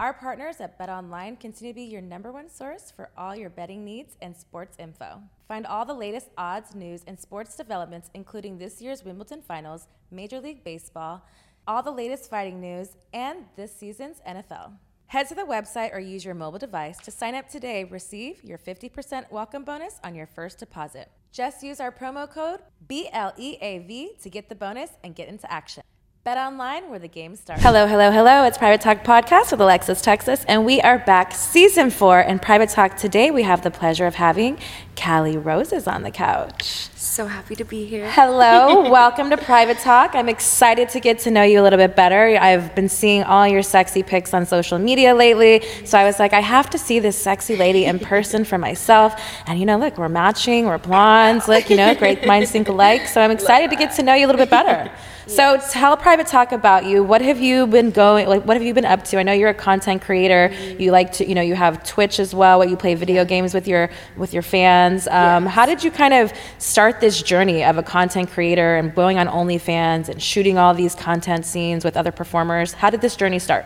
Our partners at BetOnline continue to be your number one source for all your betting needs and sports info. Find all the latest odds, news, and sports developments, including this year's Wimbledon Finals, Major League Baseball, all the latest fighting news, and this season's NFL. Head to the website or use your mobile device to sign up today. Receive your 50% welcome bonus on your first deposit. Just use our promo code BLEAV to get the bonus and get into action. Bet online where the game starts. Hello, hello, hello. It's Private Talk Podcast with Alexis Texas, and we are back season four. In Private Talk today, we have the pleasure of having Callie Roses on the couch. So happy to be here. Hello, welcome to Private Talk. I'm excited to get to know you a little bit better. I've been seeing all your sexy pics on social media lately, so I was like, I have to see this sexy lady in person for myself. And you know, look, we're matching, we're blondes, look, you know, great minds think alike. So I'm excited to get to know you a little bit better. So tell Private Talk about you. What have you been going? Like, what have you been up to? I know you're a content creator. You like to, you know, you have Twitch as well, where you play video games with your with your fans. Um, How did you kind of start this journey of a content creator and going on OnlyFans and shooting all these content scenes with other performers? How did this journey start?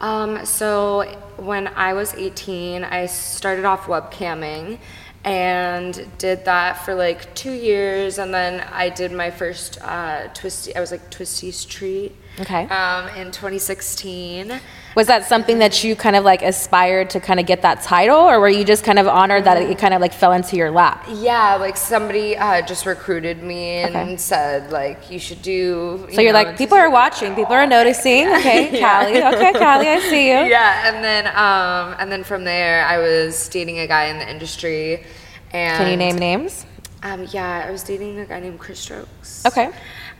Um, so when I was 18, I started off webcamming and did that for like two years, and then I did my first uh, twisty. I was like Twisty's treat. Okay. Um, in 2016. Was that something that you kind of like aspired to kind of get that title, or were you just kind of honored that it kind of like fell into your lap? Yeah, like somebody uh, just recruited me and Okay. said like you should do. So you're like, people are watching, people are noticing. Okay, Callie. Okay, Callie, I see you. Yeah, and then um, and then from there, I was dating a guy in the industry. And Can you name names? Um, yeah, I was dating a guy named Chris Strokes. Okay.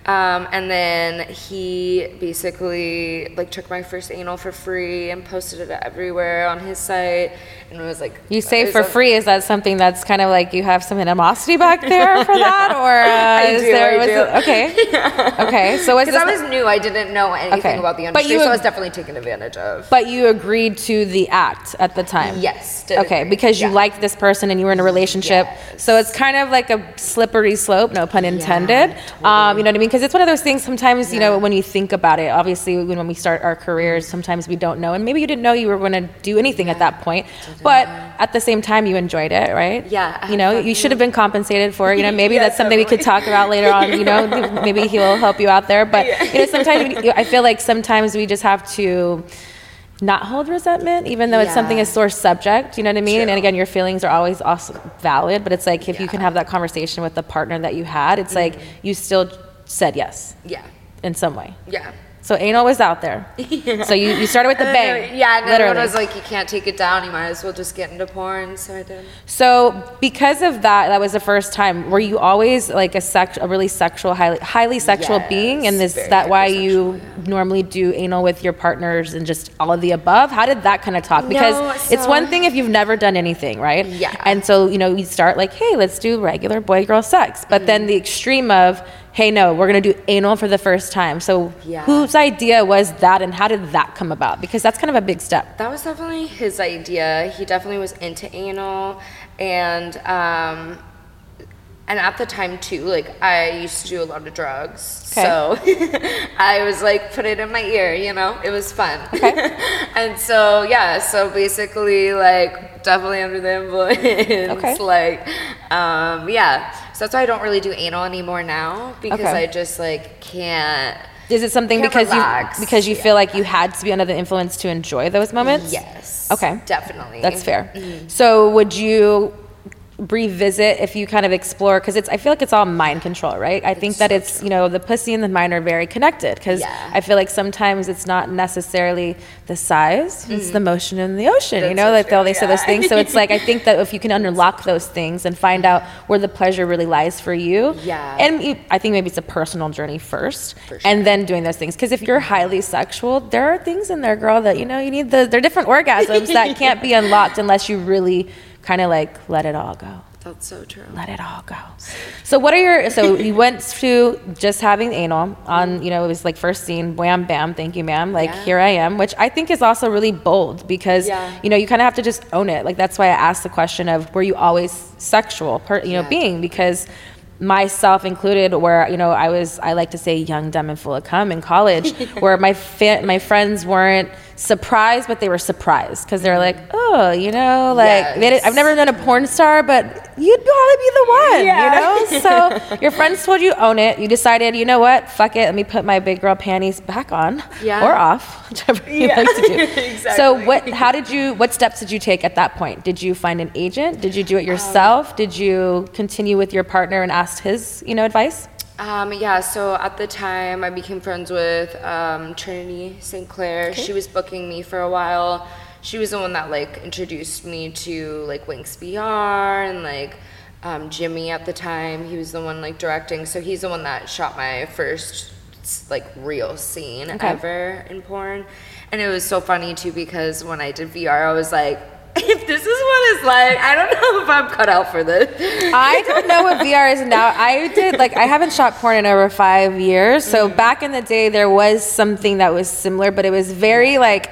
Um, and then he basically like took my first anal for free and posted it everywhere on his site, and it was like You say it was for like- free. Is that something that's kind of like you have some animosity back there for that, or uh, I is do, there I was do. it- okay, okay? So was Because this? I was new, I didn't know anything Okay. about the But industry, you so I ag- was definitely taken advantage of. but you agreed to the act at the time. Yes. did Okay, agree, because you yeah. liked this person and you were in a relationship. So it's kind of like a slippery slope, no pun intended. um, you know what I mean? Because it's one of those things sometimes, you know, when you think about it, obviously, when, when we start our careers, sometimes we don't know. And maybe you didn't know you were going to do anything at that point. But at the same time, you enjoyed it, right? Yeah, I You know, you should have been compensated for it. You know, maybe that's something we could talk about later on. You know, maybe he'll help you out there. But, you know, sometimes we, I feel like sometimes we just have to not hold resentment, even though it's something Yeah. as sore subject. You know what I mean? True. And again, your feelings are always also valid, but it's like if you can have that conversation with the partner that you had, it's like Mm-hmm. you still said yes Yeah. in some way. Yeah. So anal was out there. So you, you started with the bang. Uh, Yeah, and everyone literally. was like, you can't take it down. You might as well just get into porn. So I did. so because of that, that was the first time. Were you always like a sex, a really sexual, highly, highly sexual Yes, being? And is very that why hypersexual, you normally do anal with your partners and just all of the above? How did that kind of talk? Because No, it's so- one thing if you've never done anything, right? Yeah. And so, you know, you start like, hey, let's do regular boy girl sex. But then the extreme of, hey, no, we're going to do anal for the first time. So Yeah. whose idea was that and how did that come about? Because that's kind of a big step. That was definitely his idea. He definitely was into anal, and um, and at the time too, like I used to do a lot of drugs, Okay. so I was like put it in my ear, you know. It was fun, and so yeah, so basically like definitely under the influence, Okay. like um, yeah. So that's why I don't really do anal anymore now because Okay. I just like can't. Is it something Can't because relax. you because you feel like you had to be under the influence to enjoy those moments? Yes. Okay. Definitely. Mm. That's fair. So would you revisit if you kind of explore because it's I feel like it's all mind control, right? I think that it's you know the pussy and the mind are very connected because Yeah. I feel like sometimes it's not necessarily the size, it's the motion in the ocean. you Mm. That's know, so like they true, always say those yeah. things. So it's like I think that if you can unlock those things and find out where the pleasure really lies for you, Yeah. and you, I think maybe it's a personal journey first, and then doing those things. Because if you're highly sexual, there are things in there, girl, that you know you need. The, there are different orgasms that can't be unlocked unless you really kind of like let it all go. That's so true. let it all go. So what are your so you went to just having anal on you know it was like first scene wham bam thank you ma'am like Yeah. here I am which I think is also really bold because Yeah. you know you kind of have to just own it like that's why I asked the question of were you always sexual per, you know Yeah. being because myself included where you know I was I like to say young dumb and full of cum in college where my fa- my friends weren't surprised but they were surprised because they're like oh you know like they didn't, I've Yes. never known a porn star but you'd probably be the one fun, Yeah. you know? So your friends told you own it. You decided, you know what? Fuck it. Let me put my big girl panties back on Yeah. or off, whichever you Yeah. like to do. So Exactly. what how did you what steps did you take at that point? Did you find an agent? Did you do it Um, yourself? did you continue with your partner and ask his, you know, advice? Um, yeah, so at the time I became friends with um, Trinity St. Clair. She was booking me for a while. She was the one that like introduced me to like Winx BR and like um, Jimmy at the time. He was the one like directing. So he's the one that shot my first s- like real scene Okay. ever in porn. And it was so funny too because when I did VR, I was like, if this is what it's like, I don't know if I'm cut out for this. I don't know what VR is now. I did like I haven't shot porn in over five years. Mm. So back in the day, there was something that was similar, but it was very like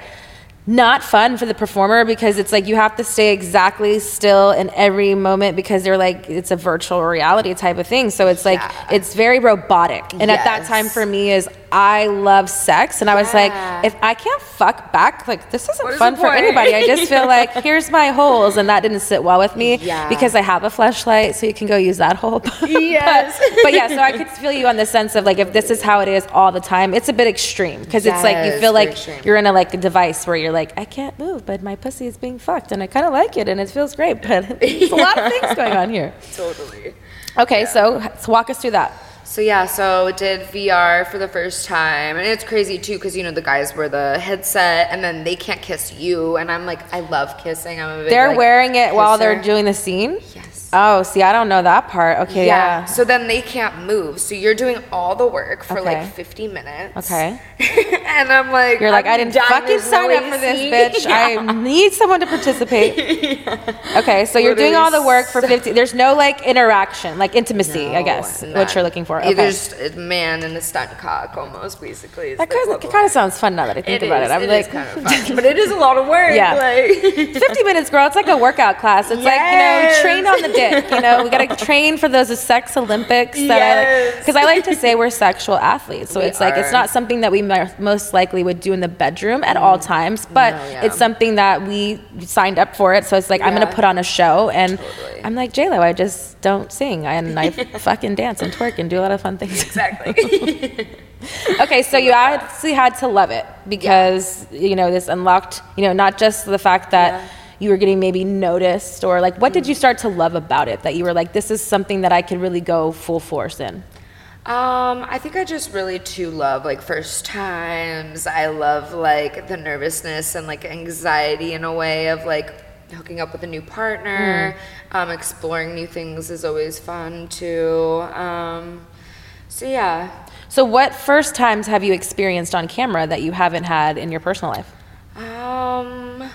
not fun for the performer because it's like you have to stay exactly still in every moment because they're like it's a virtual reality type of thing. So it's like Yeah. it's very robotic. And at that time Yes. for me is I love sex and I was like Yeah. if I can't fuck back like this isn't What is fun the for point? anybody. I just feel like here's my holes and that didn't sit well with me Yeah. because I have a flashlight, so you can go use that hole. But- Yes. but, yeah, so I could feel you on the sense of like if this is how it is all the time, it's a bit extreme because it's like you Yes, feel very like extreme. you're in a like a device where you're like I can't move, but my pussy is being fucked, and I kind of like it, and it feels great, but there's a lot of things going on here. Totally. Okay, so, so walk us through that. So yeah, so did VR for the first time, and it's crazy too because you know the guys wear the headset, and then they can't kiss you, and I'm like, I love kissing. I'm a big, They're like, wearing it while they're kisser. doing the scene. Yes. Oh, see, I don't know that part. Yeah. Okay, yeah. So then they can't move. So you're doing all the work for Okay. like 50 minutes. Okay. and I'm like, You're like, I'm I didn't done fucking with sign up for this, noisy." bitch. Yeah. I need someone to participate. Okay, so you're doing all the work for 50. There's no like interaction, like intimacy, I No, guess, none. what you're looking for. Yeah, Okay. There's a man and a stunt cock almost, basically. is That the kind of, equivalent. kind of sounds fun now that I think about is, it. I'm it like, is kind of fun, but it is a lot of work. Yeah. Like, 50 minutes, girl. It's like a workout class. It's Yes. like, you know, train on the dick. You know, we got to train for those sex Olympics. That I like. Yes. Because I like to say we're sexual athletes. So We it's like, it's are. not something that we mo- most likely would do in the bedroom at all times, but Mm. No, yeah. it's something that we signed up for it. So it's like, I'm going to Yeah. put on a show. And Totally. I'm like, JLo, I just don't sing. And I fucking dance and twerk and do a lot of fun things. exactly. Okay, so you actually had to love it because you know this unlocked, you know, not just the fact that Yeah. Mm. you were getting maybe noticed or like what did you start to love about it that you were like this is something that I could really go full force in. Um, I think I just really too love like first times. I love like the nervousness and like anxiety in a way of like hooking up with a new partner. Hmm. Um, exploring new things is always fun too. Um, so yeah, So what first times have you experienced on camera that you haven't had in your personal life? um,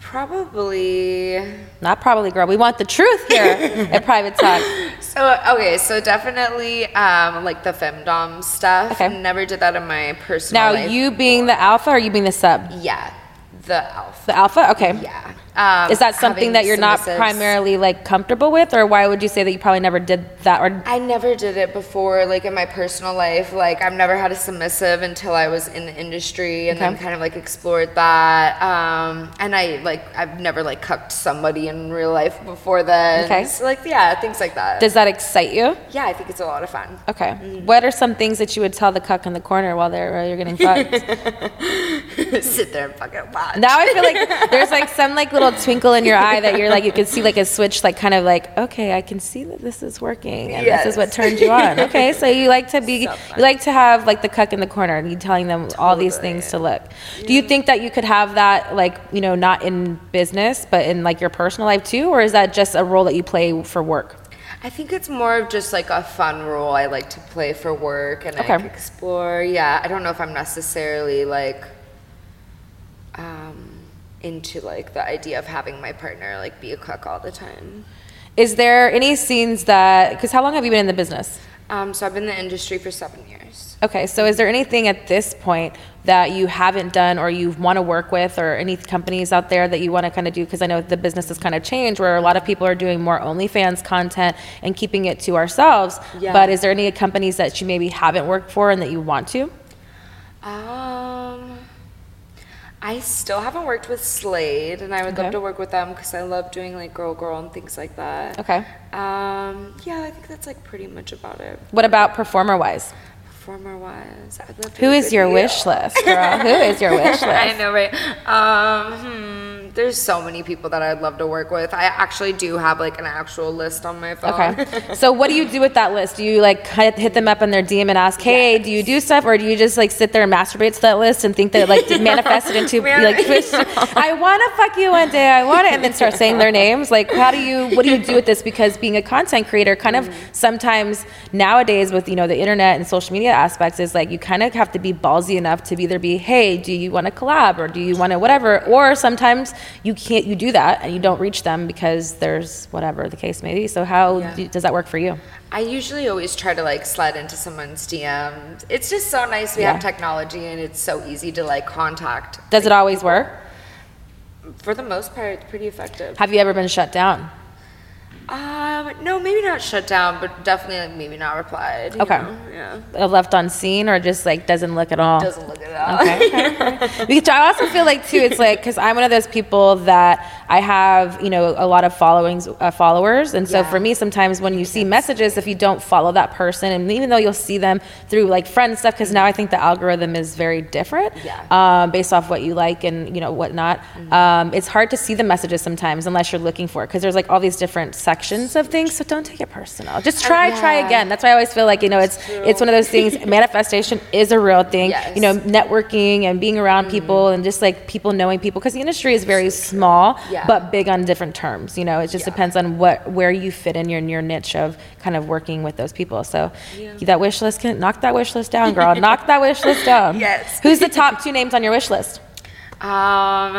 probably Not probably, girl. We want the truth here at Private Talk. So okay, so definitely um, like the femdom stuff. Okay. Never did that in my personal Now life. you being the alpha or you being the sub? yeah, the elf. The alpha? Okay. Yeah. Um, Is that something having that you're not submissives. primarily like comfortable with or why would you say that you probably never did that or I never did it before, like in my personal life. Like I've never had a submissive until I was in the industry, and then Okay. kind of like explored that. Um, and I like I've never like cucked somebody in real life before then. Okay. So, like yeah, things like that. Does that excite you? yeah, I think it's a lot of fun. Okay. What are some things that you would tell the cuck in the corner while they're while you're getting fucked? Sit there and fucking watch. now I feel like there's like some like little twinkle in your eye that you're like you can see like a switch like kind of like okay I can see that this is working and this is what Yes. turned you on. Okay, so you like to be you like to have like the cuck in the corner and you telling them all these things to look. Do you think that you could have that like you know not in business but in like your personal life too, or is that just a role that you play for work? I think it's more of just like a fun role I like to play for work and Okay. like explore. Yeah, I don't know if I'm necessarily like um, into like the idea of having my partner like be a cook all the time. Is there any scenes that, because how long have you been in the business? Um, so I've been in the industry for seven years. Okay, so is there anything at this point that you haven't done or you want to work with or any companies out there that you want to kind of do? Because I know the business has kind of changed where a lot of people are doing more OnlyFans content and keeping it to ourselves. Yeah. But is there any companies that you maybe haven't worked for and that you want to? Um, I still haven't worked with Slade, and I would Okay. love to work with them because I love doing like girl girl and things like that. Okay. Um, yeah, I think that's like pretty much about it. What about performer wise? Performer wise, I'd love to. Who work is with your you. wish list, girl? Who is your wish list? I know, right? Um, hmm, there's so many people that I'd love to work with. I actually do have like an actual list on my phone. Okay. So what do you do with that list? Do you like hit hit them up in their DM and ask, "Hey, do you do stuff?" Or do you just like sit there and masturbate to that list and think that like manifest it into Man- like, twitch, "I want to fuck you one day. I want to," and then start saying their names? Like, how do you? What do you do with this? Because being a content creator, kind of sometimes nowadays with you know the internet and social media aspects, is like you kind of have to be ballsy enough to either be, "Hey, do you want to collab?" or "Do you want to whatever?" Or sometimes you can't. You do that and you don't reach them because there's whatever the case may be. So how Yeah. do, does that work for you? I usually always try to like slide into someone's DMs. It's just so nice we Yeah. have technology and it's so easy to like contact. Does it always work? For the most part, it's pretty effective. Have you ever been shut down? Um, no, maybe not shut down, but definitely like, maybe not replied. you Okay. know? Yeah. Uh, Left unseen or just like doesn't look at all? Doesn't look at all. Okay, okay, okay. Because I also feel like too, it's like because I'm one of those people that I have, you know, a lot of followings, uh, followers, and so Yeah. for me, sometimes when you see messages, if you don't follow that person, and even though you'll see them through like friends stuff, because now I think the algorithm is very different, Yeah. Mm-hmm. um, based off what you like and you know whatnot. Um, it's hard to see the messages sometimes unless you're looking for it, because there's like all these different sections of things. So don't take it personal. Just try, try Oh, yeah. again. That's why I always feel like you know, it's it's one of those things. manifestation is a real thing. You know, Yes. networking and being Mm. around people and just like people knowing people because the industry is very small Yeah. but big on different terms you know it just Yeah. depends on what where you fit in your your niche of kind of working with those people so that wish list can knock that wish list down girl knock that wish list down Yes. who's the top two names on your wish list Um,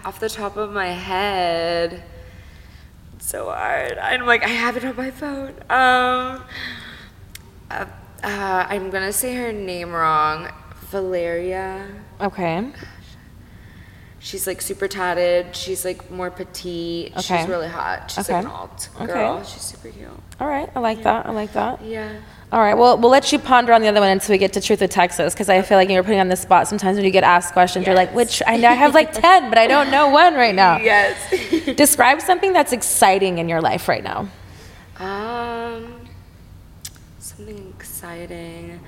off the top of my head, it's so hard. I'm like, I have it on my phone. Um, uh, uh, I'm gonna say her name wrong. Valeria. okay She's like super tatted. She's like more petite. Okay. She's really hot. She's Okay. like an alt Okay. girl. She's super cute. all right i like that i like that Yeah. All right. Well, we'll let you ponder on the other one until we get to Truth with Texas, because I feel like you're putting on the spot sometimes when you get asked questions. You're like, Yes. which I know I have like ten, but I don't know one right now. Yes. Describe something that's exciting in your life right now. Um, something exciting.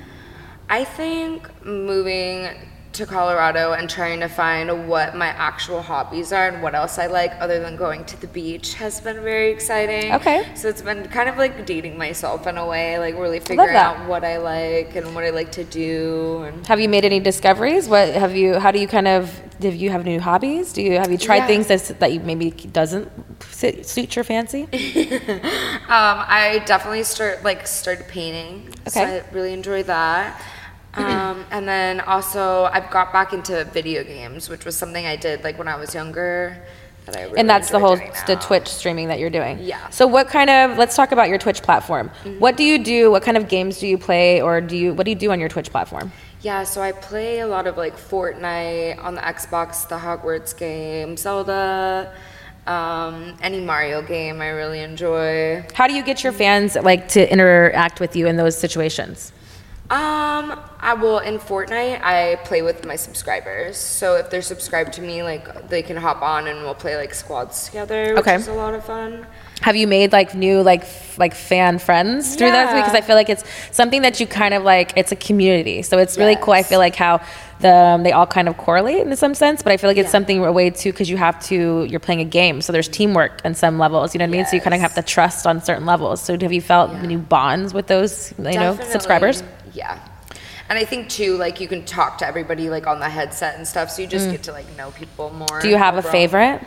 I think moving to Colorado and trying to find what my actual hobbies are and what else I like other than going to the beach has been very exciting. Okay. So it's been kind of like dating myself in a way, like really figuring that. out what I like and what I like to do and Have you made any discoveries? What have you? How do you kind of? Do you have new hobbies? Do you have you tried Yeah. things that's, that you maybe doesn't sit, suit your fancy? Um, I definitely start like started painting. So Okay. I really enjoy that. Um, and then also I've got back into video games, which was something I did like when I was younger. That I really and that's the enjoy whole doing the now. Twitch streaming that you're doing. Yeah. Mm-hmm. So what kind of? Let's talk about your Twitch platform. What do you do? What kind of games do you play, or do you? What do you do on your Twitch platform? Yeah, so I play a lot of like Fortnite on the Xbox, the Hogwarts game, Zelda, um, any Mario game I really enjoy. How do you get your fans like to interact with you in those situations? Um, I will in Fortnite. I play with my subscribers, so if they're subscribed to me, like they can hop on and we'll play like squads together, which Okay. is a lot of fun. Have you made like new like f- like fan friends through those? Yeah. Because I feel like it's something that you kind of like. It's a community, so it's really cool. I Yes. feel like how the um, they all kind of correlate in some sense, but I feel like it's Yeah. something a way too because you have to. You're playing a game, so there's teamwork in some levels. You know what I mean? So you kind of Yes. have to trust on certain levels. So have you felt new bonds with those you know Definitely. subscribers? Yeah, and I think too, like you can talk to everybody like on the headset and stuff, so you just get to like know people more. Mm. Do you have a overall. favorite?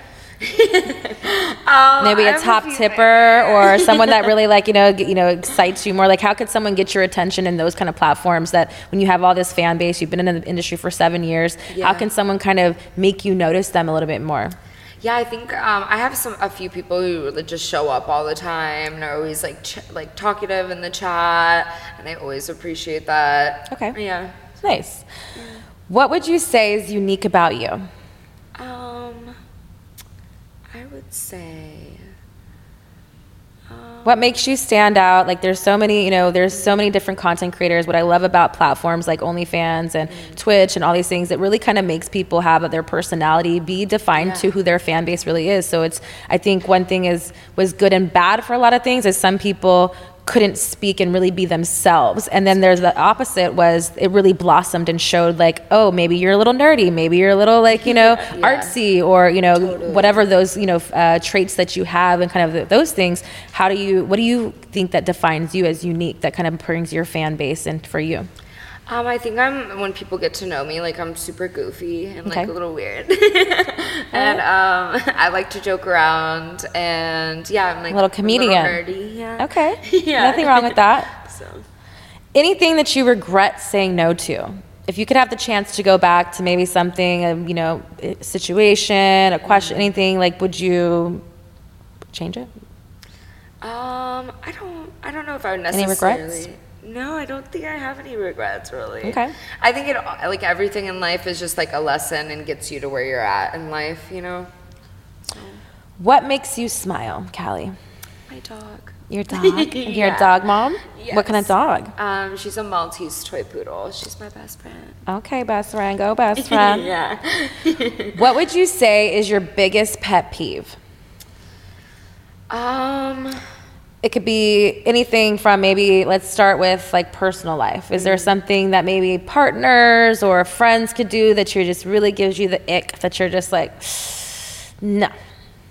Um, Maybe I a have top few tipper or someone that really like you know g- you know excites you more. Like how could someone get your attention in those kind of platforms that when you have all this fan base, you've been in the industry for seven years. Yeah. How can someone kind of make you notice them a little bit more? Yeah, I think um, I have some a few people who really just show up all the time and are always like ch- like talkative in the chat, and I always appreciate that. Okay. Yeah. Nice. What would you say is unique about you? Um, I would say. um, What makes you stand out? Like there's so many, you know, there's so many different content creators. What I love about platforms like OnlyFans and Twitch and all these things, it really kind of makes people have their personality be defined to who their fan base really is. So it's I think one thing is was good and bad for a lot of things is some people couldn't speak and really be themselves. And then there's the opposite was it really blossomed and showed like, oh, maybe you're a little nerdy, maybe you're a little like, you know, artsy or, you know, whatever those, you know, f- uh, traits that you have and kind of th- those things. How do you, what do you think that defines you as unique that kind of brings your fan base and for you? Um, I think I'm when people get to know me, like I'm super goofy and like Okay. a little weird, and um, I like to joke around, and yeah, I'm like Little comedian. nerdy, yeah. Okay. Yeah. Nothing wrong with that. So anything that you regret saying no to if you could have the chance to go back to maybe something um, you know a situation a question Mm. anything like would you change it um, I don't, I don't know if I would necessarily. Any regrets? No, I don't think I have any regrets really. Okay. I think it like everything in life is just like a lesson and gets you to where you're at in life, you know. what makes you smile callie My dog. your dog your dog mom what kind of Yes. dog Um, she's a Maltese toy poodle. She's my best friend. okay best friend go best friend yeah. what would you say is your biggest pet peeve Um. it could be anything from maybe let's start with like personal life is there something that maybe partners or friends could do that you just really gives you the ick that you're just like no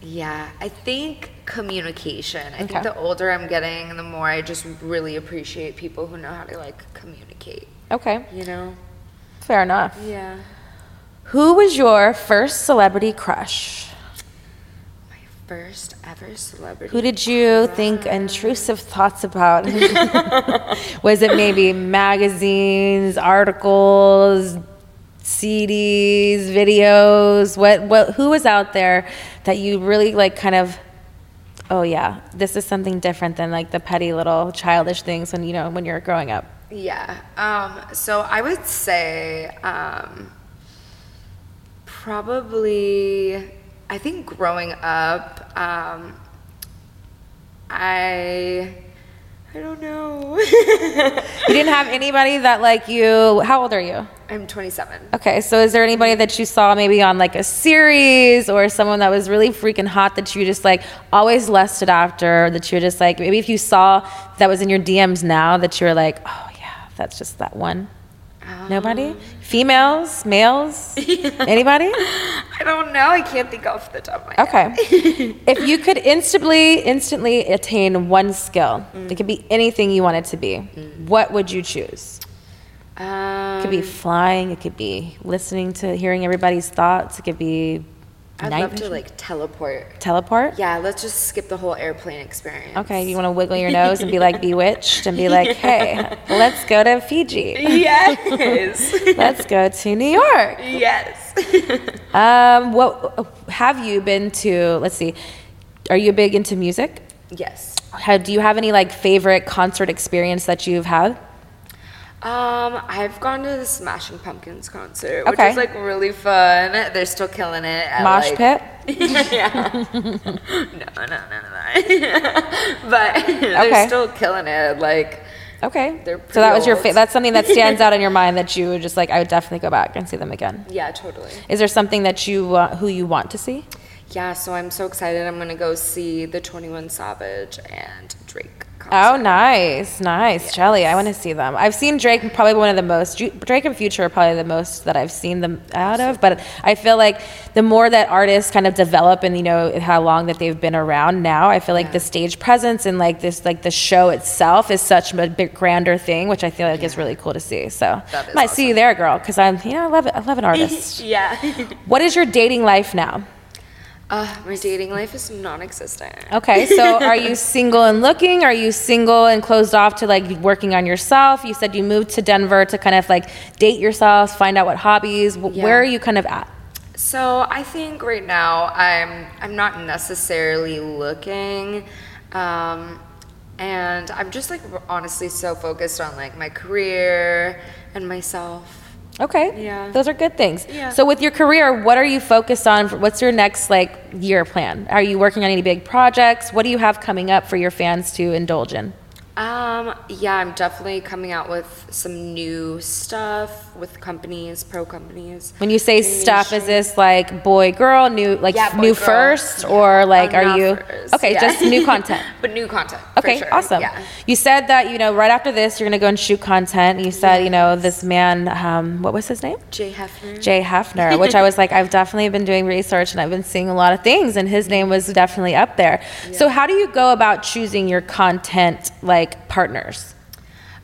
Yeah, I think communication. I Okay. think the older I'm getting, the more I just really appreciate people who know how to like communicate, okay you know? fair enough Yeah. who was your first celebrity crush My first ever celebrity. who did you think intrusive thoughts about was it maybe magazines articles cds videos what what who was out there that you really like kind of oh yeah this is something different than like the petty little childish things when you know when you're growing up Yeah. Um, so I would say um, probably, I think growing up, um, I. I don't know. you didn't have anybody that like you how old are you I'm 27. Okay, so is there anybody that you saw maybe on like a series or someone that was really freaking hot that you just like always lusted after? That you were just like, maybe if you saw that was in your DMs now, that you were like, oh yeah, that's just that one. Nobody? Females? Males? Anybody? I don't know. I can't think off the top of my head. Okay. if you could instantly, instantly attain one skill, it could be anything you want it to be, what would you choose? Um, It could be flying. It could be listening to hearing everybody's thoughts. It could be I'd night love to vision. like teleport. teleport. Yeah, let's just skip the whole airplane experience. Okay, you want to wiggle your nose and be like bewitched and be like, hey, let's go to Fiji. Yes. Let's go to New York. yes. Um, what have you been to? Let's see. Are you big into music? yes. How, do you have any like favorite concert experience that you've had? Um, I've gone to the Smashing Pumpkins concert, which Okay. is like really fun. They're still killing it. at, Mosh like- pit. yeah. no, no, no, no, no. but they're Okay. still killing it. Like, Okay. They're So that was your fa- pretty old. that's something that stands out in your mind that you would just like I would definitely go back and see them again. yeah, totally. Is there something that you uh, who you want to see? Yeah, so I'm so excited. I'm gonna go see the 21 Savage and Drake. Oh, Concert. nice, nice, Jelly. I want to see them. I've seen Drake, probably one of the most. Ju- Drake and Future are probably the most that I've seen them out of. But I feel like the more that artists kind of develop and you know how long that they've been around now, I feel like the stage presence and like this, like the show itself is such a big grander thing, which I feel like is really cool to see. So That is might see you there, girl, because I'm, you know, I love it. I love an artist. Yeah. what is your dating life now? Uh, my dating life is non-existent. Okay, so are you single and looking? Are you single and closed off to like working on yourself? You said you moved to Denver to kind of like date yourself, find out what hobbies. wh- Yeah. Where are you kind of at? So I think right now I'm I'm not necessarily looking, um, and I'm just like honestly so focused on like my career and myself. Okay. Yeah. Those are good things. Yeah. So with your career, what are you focused on? for- What's your next like year plan? Are you working on any big projects? What do you have coming up for your fans to indulge in? Um, yeah, I'm definitely coming out with some new stuff with companies, pro companies. When you say Maybe stuff, is this like boy, girl, new, like Yeah, boy, new girl. first, or like I'm are not you first, okay? yeah. Just new content. but new content. for Okay, sure, awesome. Yeah. You said that you know right after this you're gonna go and shoot content. You said you know this man, um, what was his name? Jay Hefner. Jay Hefner, which I was like, I've definitely been doing research and I've been seeing a lot of things, and his name was definitely up there. So, how do you go about choosing your content like partners?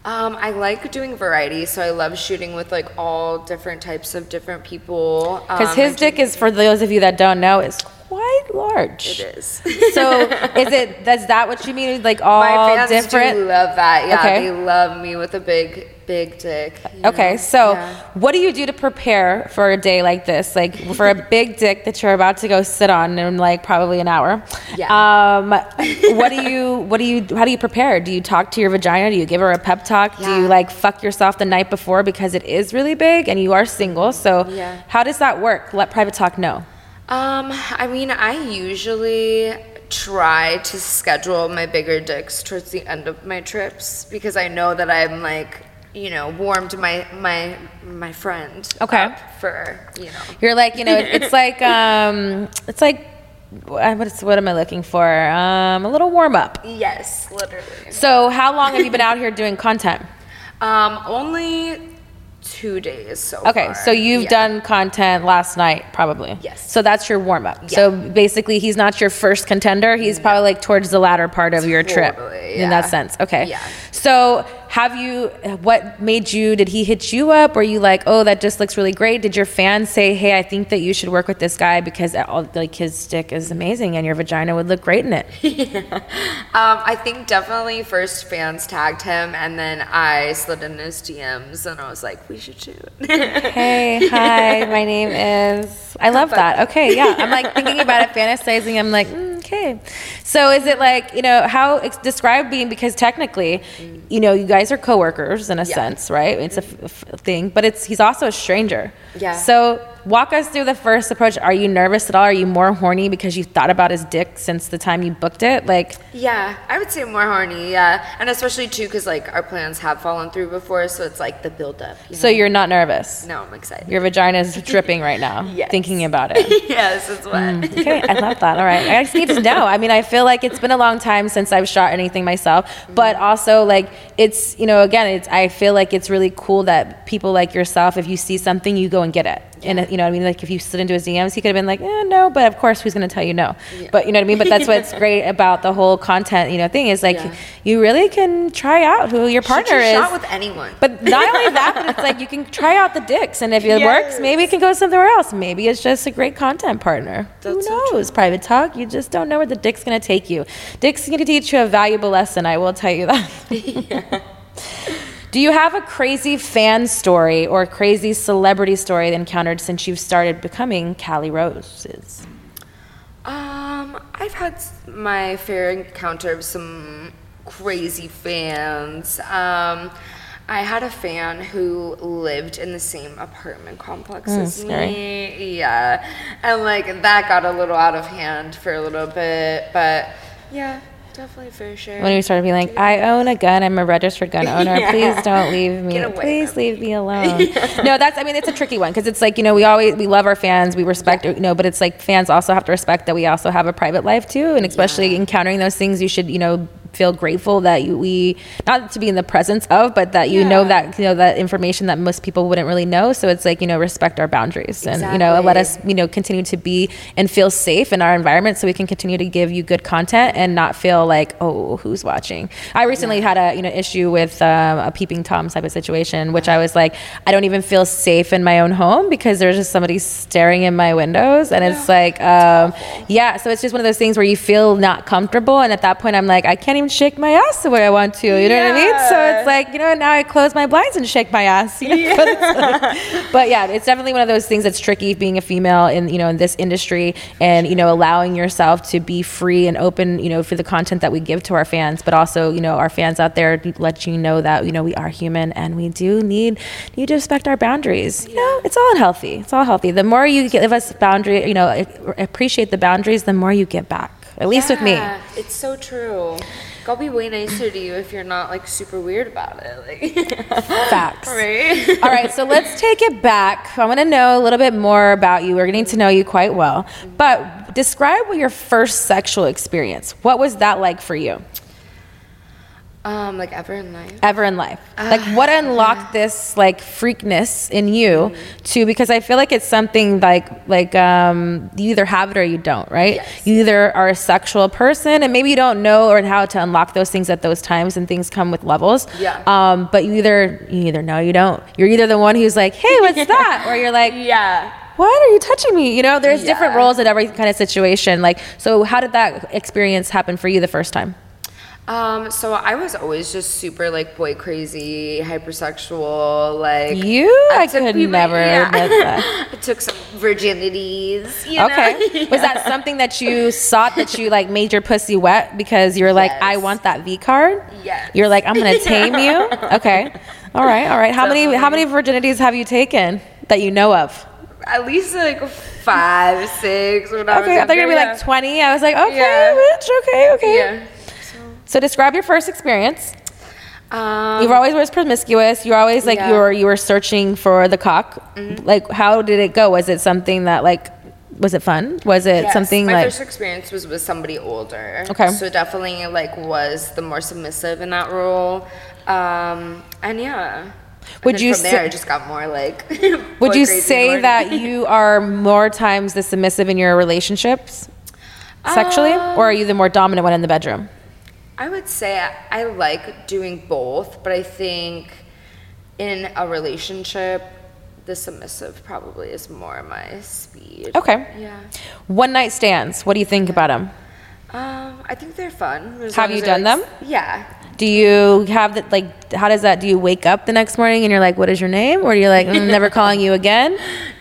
Um, I like doing variety, so I love shooting with like all different types of different people. Because Um, his dick is, for those of you that don't know, is quite large. it is. So, is it that's that what you mean? Like all My fans different? do love that. Yeah, Okay. they love me with a big, big dick. you know? Okay, so Yeah. what do you do to prepare for a day like this? Like for a big dick that you're about to go sit on in like probably an hour. Yeah. Um, what do you what do you how do you prepare? Do you talk to your vagina? Do you give her a pep talk? Do you Yeah. like fuck yourself the night before because it is really big and you are single? So Yeah. how does that work? Let private talk know. Um, I mean, I usually try to schedule my bigger dicks towards the end of my trips because I know that I'm like, you know, warmed my my my friend. Okay. up for you know. Um, You're like, you know, it- it's like, um, it's like, uh, what, is, what am I looking for? Um, a little warm up. Yes, literally. So, how long have you been out here doing content? Um, only two days so Okay, far. so you've Yeah. done content last night, probably. Yes. So that's your warm up. So basically, he's not your first contender. He's probably like towards the latter part of your trip. Totally, In yeah. that sense. Okay. Yeah. So have you, what made you, did he hit you up? Were you like, oh, that just looks really great? Did your fans say, hey, I think that you should work with this guy because all, like his stick is amazing and your vagina would look great in it? Um, I think definitely first fans tagged him, and then I slid in his DMs, and I was like, "We should shoot." hey, hi, my name is. I love that. Okay, yeah. I'm like thinking about it, fantasizing. I'm like, mm, okay. So is it like, you know, how ex- describe being, because technically, you know, you guys are coworkers in a Yeah. sense, right? It's a f- f- thing, but it's he's also a stranger. Yeah. So walk us through the first approach. Are you nervous at all? Are you more horny because you thought about his dick since the time you booked it? Like, Yeah, I would say more horny. Yeah, and especially too, because like our plans have fallen through before, so it's like the buildup. You so you're not nervous? know? No, I'm excited. Your vagina is dripping right now, Yes. thinking about it. yes, it's what. Okay, I love that. All right. I just need to know. I mean, I feel like it's been a long time since I've shot anything myself, but also like it's, you know, again, it's I feel like it's really cool that people like yourself if you see something, you go and get it. And you know what I mean? Like if you slid into his DMs, he could have been like, "Eh, no, but of course who's going to tell you no." But you know what I mean? But that's what's great about the whole content, you know, thing is like Yeah. you really can try out who your Shoot partner your is. shot with anyone. But not only that, but it's like you can try out the dicks, and if it works, maybe it can go somewhere else. Maybe it's just a great content partner. That's so Who knows? Private talk. You just don't know where the dick's gonna take you. Dick's gonna teach you a valuable lesson. I will tell you that. Do you have a crazy fan story or crazy celebrity story that encountered since you've started becoming Callie Roses? um, I've had s- my fair encounter of some crazy fans. Um, I had a fan who lived in the same apartment complex as Hmm, scary. me. Yeah, and like that got a little out of hand for a little bit, but yeah, definitely for sure. When you started being like, I own a gun, I'm a registered gun owner. Yeah. Please don't leave me. Get away Please from leave me alone. No, that's I mean it's a tricky one because it's like you know we always we love our fans, we respect you know, but it's like fans also have to respect that we also have a private life too, and especially encountering those things, you should you know feel grateful that you, we not to be in the presence of, but that you know that you know that information that most people wouldn't really know. So it's like you know respect our boundaries and you know let Exactly. us you know continue to be and feel safe in our environment so we can continue to give you good content and not feel like oh who's watching i recently had a you know issue with um, a peeping tom type of situation which i was like i don't even feel safe in my own home because there's just somebody staring in my windows and it's like um, yeah so it's just one of those things where you feel not comfortable and at that point i'm like i can't even can shake my ass the way I want to. You know what I mean? So Yeah. it's like, you know, now I close my blinds and shake my ass. You know? but yeah, it's definitely one of those things that's tricky being a female in, you know, in this industry and, you know, allowing yourself to be free and open, you know, for the content that we give to our fans, but also, you know, our fans out there let you know that, you know, we are human and we do need you to respect our boundaries. You know, it's all healthy. It's all healthy. The more you give us boundary, you know, a- appreciate the boundaries, the more you give back. At least with me. Yeah, It's so true. I'll be way nicer to you if you're not like super weird about it. Like, Facts. right? All right, so let's take it back. I want to know a little bit more about you. We're getting to know you quite well. But describe what your first sexual experience. What was that like for you Um, like ever in life. ever in life? Ah, Like what unlocked this like freakness in you to because I feel like it's something like like um you either have it or you don't, right? You either are a sexual person and maybe you don't know or how to unlock those things at those times and things come with levels. Yeah. Um but you either you either know or you don't. You're either the one who's like, "Hey, what's that?" or you're like, Yeah. what are you touching me you know there's different Yeah. roles in every kind of situation like so how did that experience happen for you the first time Um, so I was always just super like boy crazy, hypersexual, like you i, took could puberty- never yeah. admit that I took some virginities, you okay know? was that something that you sought that you like made your pussy wet because you were like i Yes. want that v card Yes. you're like i'm gonna tame you okay all right all right how many how many virginities have you taken that you know of At least like five, six. When I was okay i thought you were gonna be younger, like 20 i was like okay Yeah. bitch okay yeah. okay yeah. so describe your first experience Um, You were always was promiscuous. You were always like you Yeah. Mm-hmm. were you were searching for the cock. Like how did it go? Was it something that like was it fun? Was it Yes, something my like first experience was with somebody older Okay. so definitely like was the more submissive in that role um and yeah And Would then you from there say- i just got more like would you crazy and say horny. that you are more times the submissive in your relationships sexually Um, or are you the more dominant one in the bedroom? i would say I- i like doing both but i think in a relationship the submissive probably is more my speed Okay. yeah One night stands. What do you think about them? um, I think they're fun. as Have long you as I, done like, them? s- Yeah. Do you have that like how does that do you wake up the next morning and you're like what is your name or you're like "Mm, never calling you again?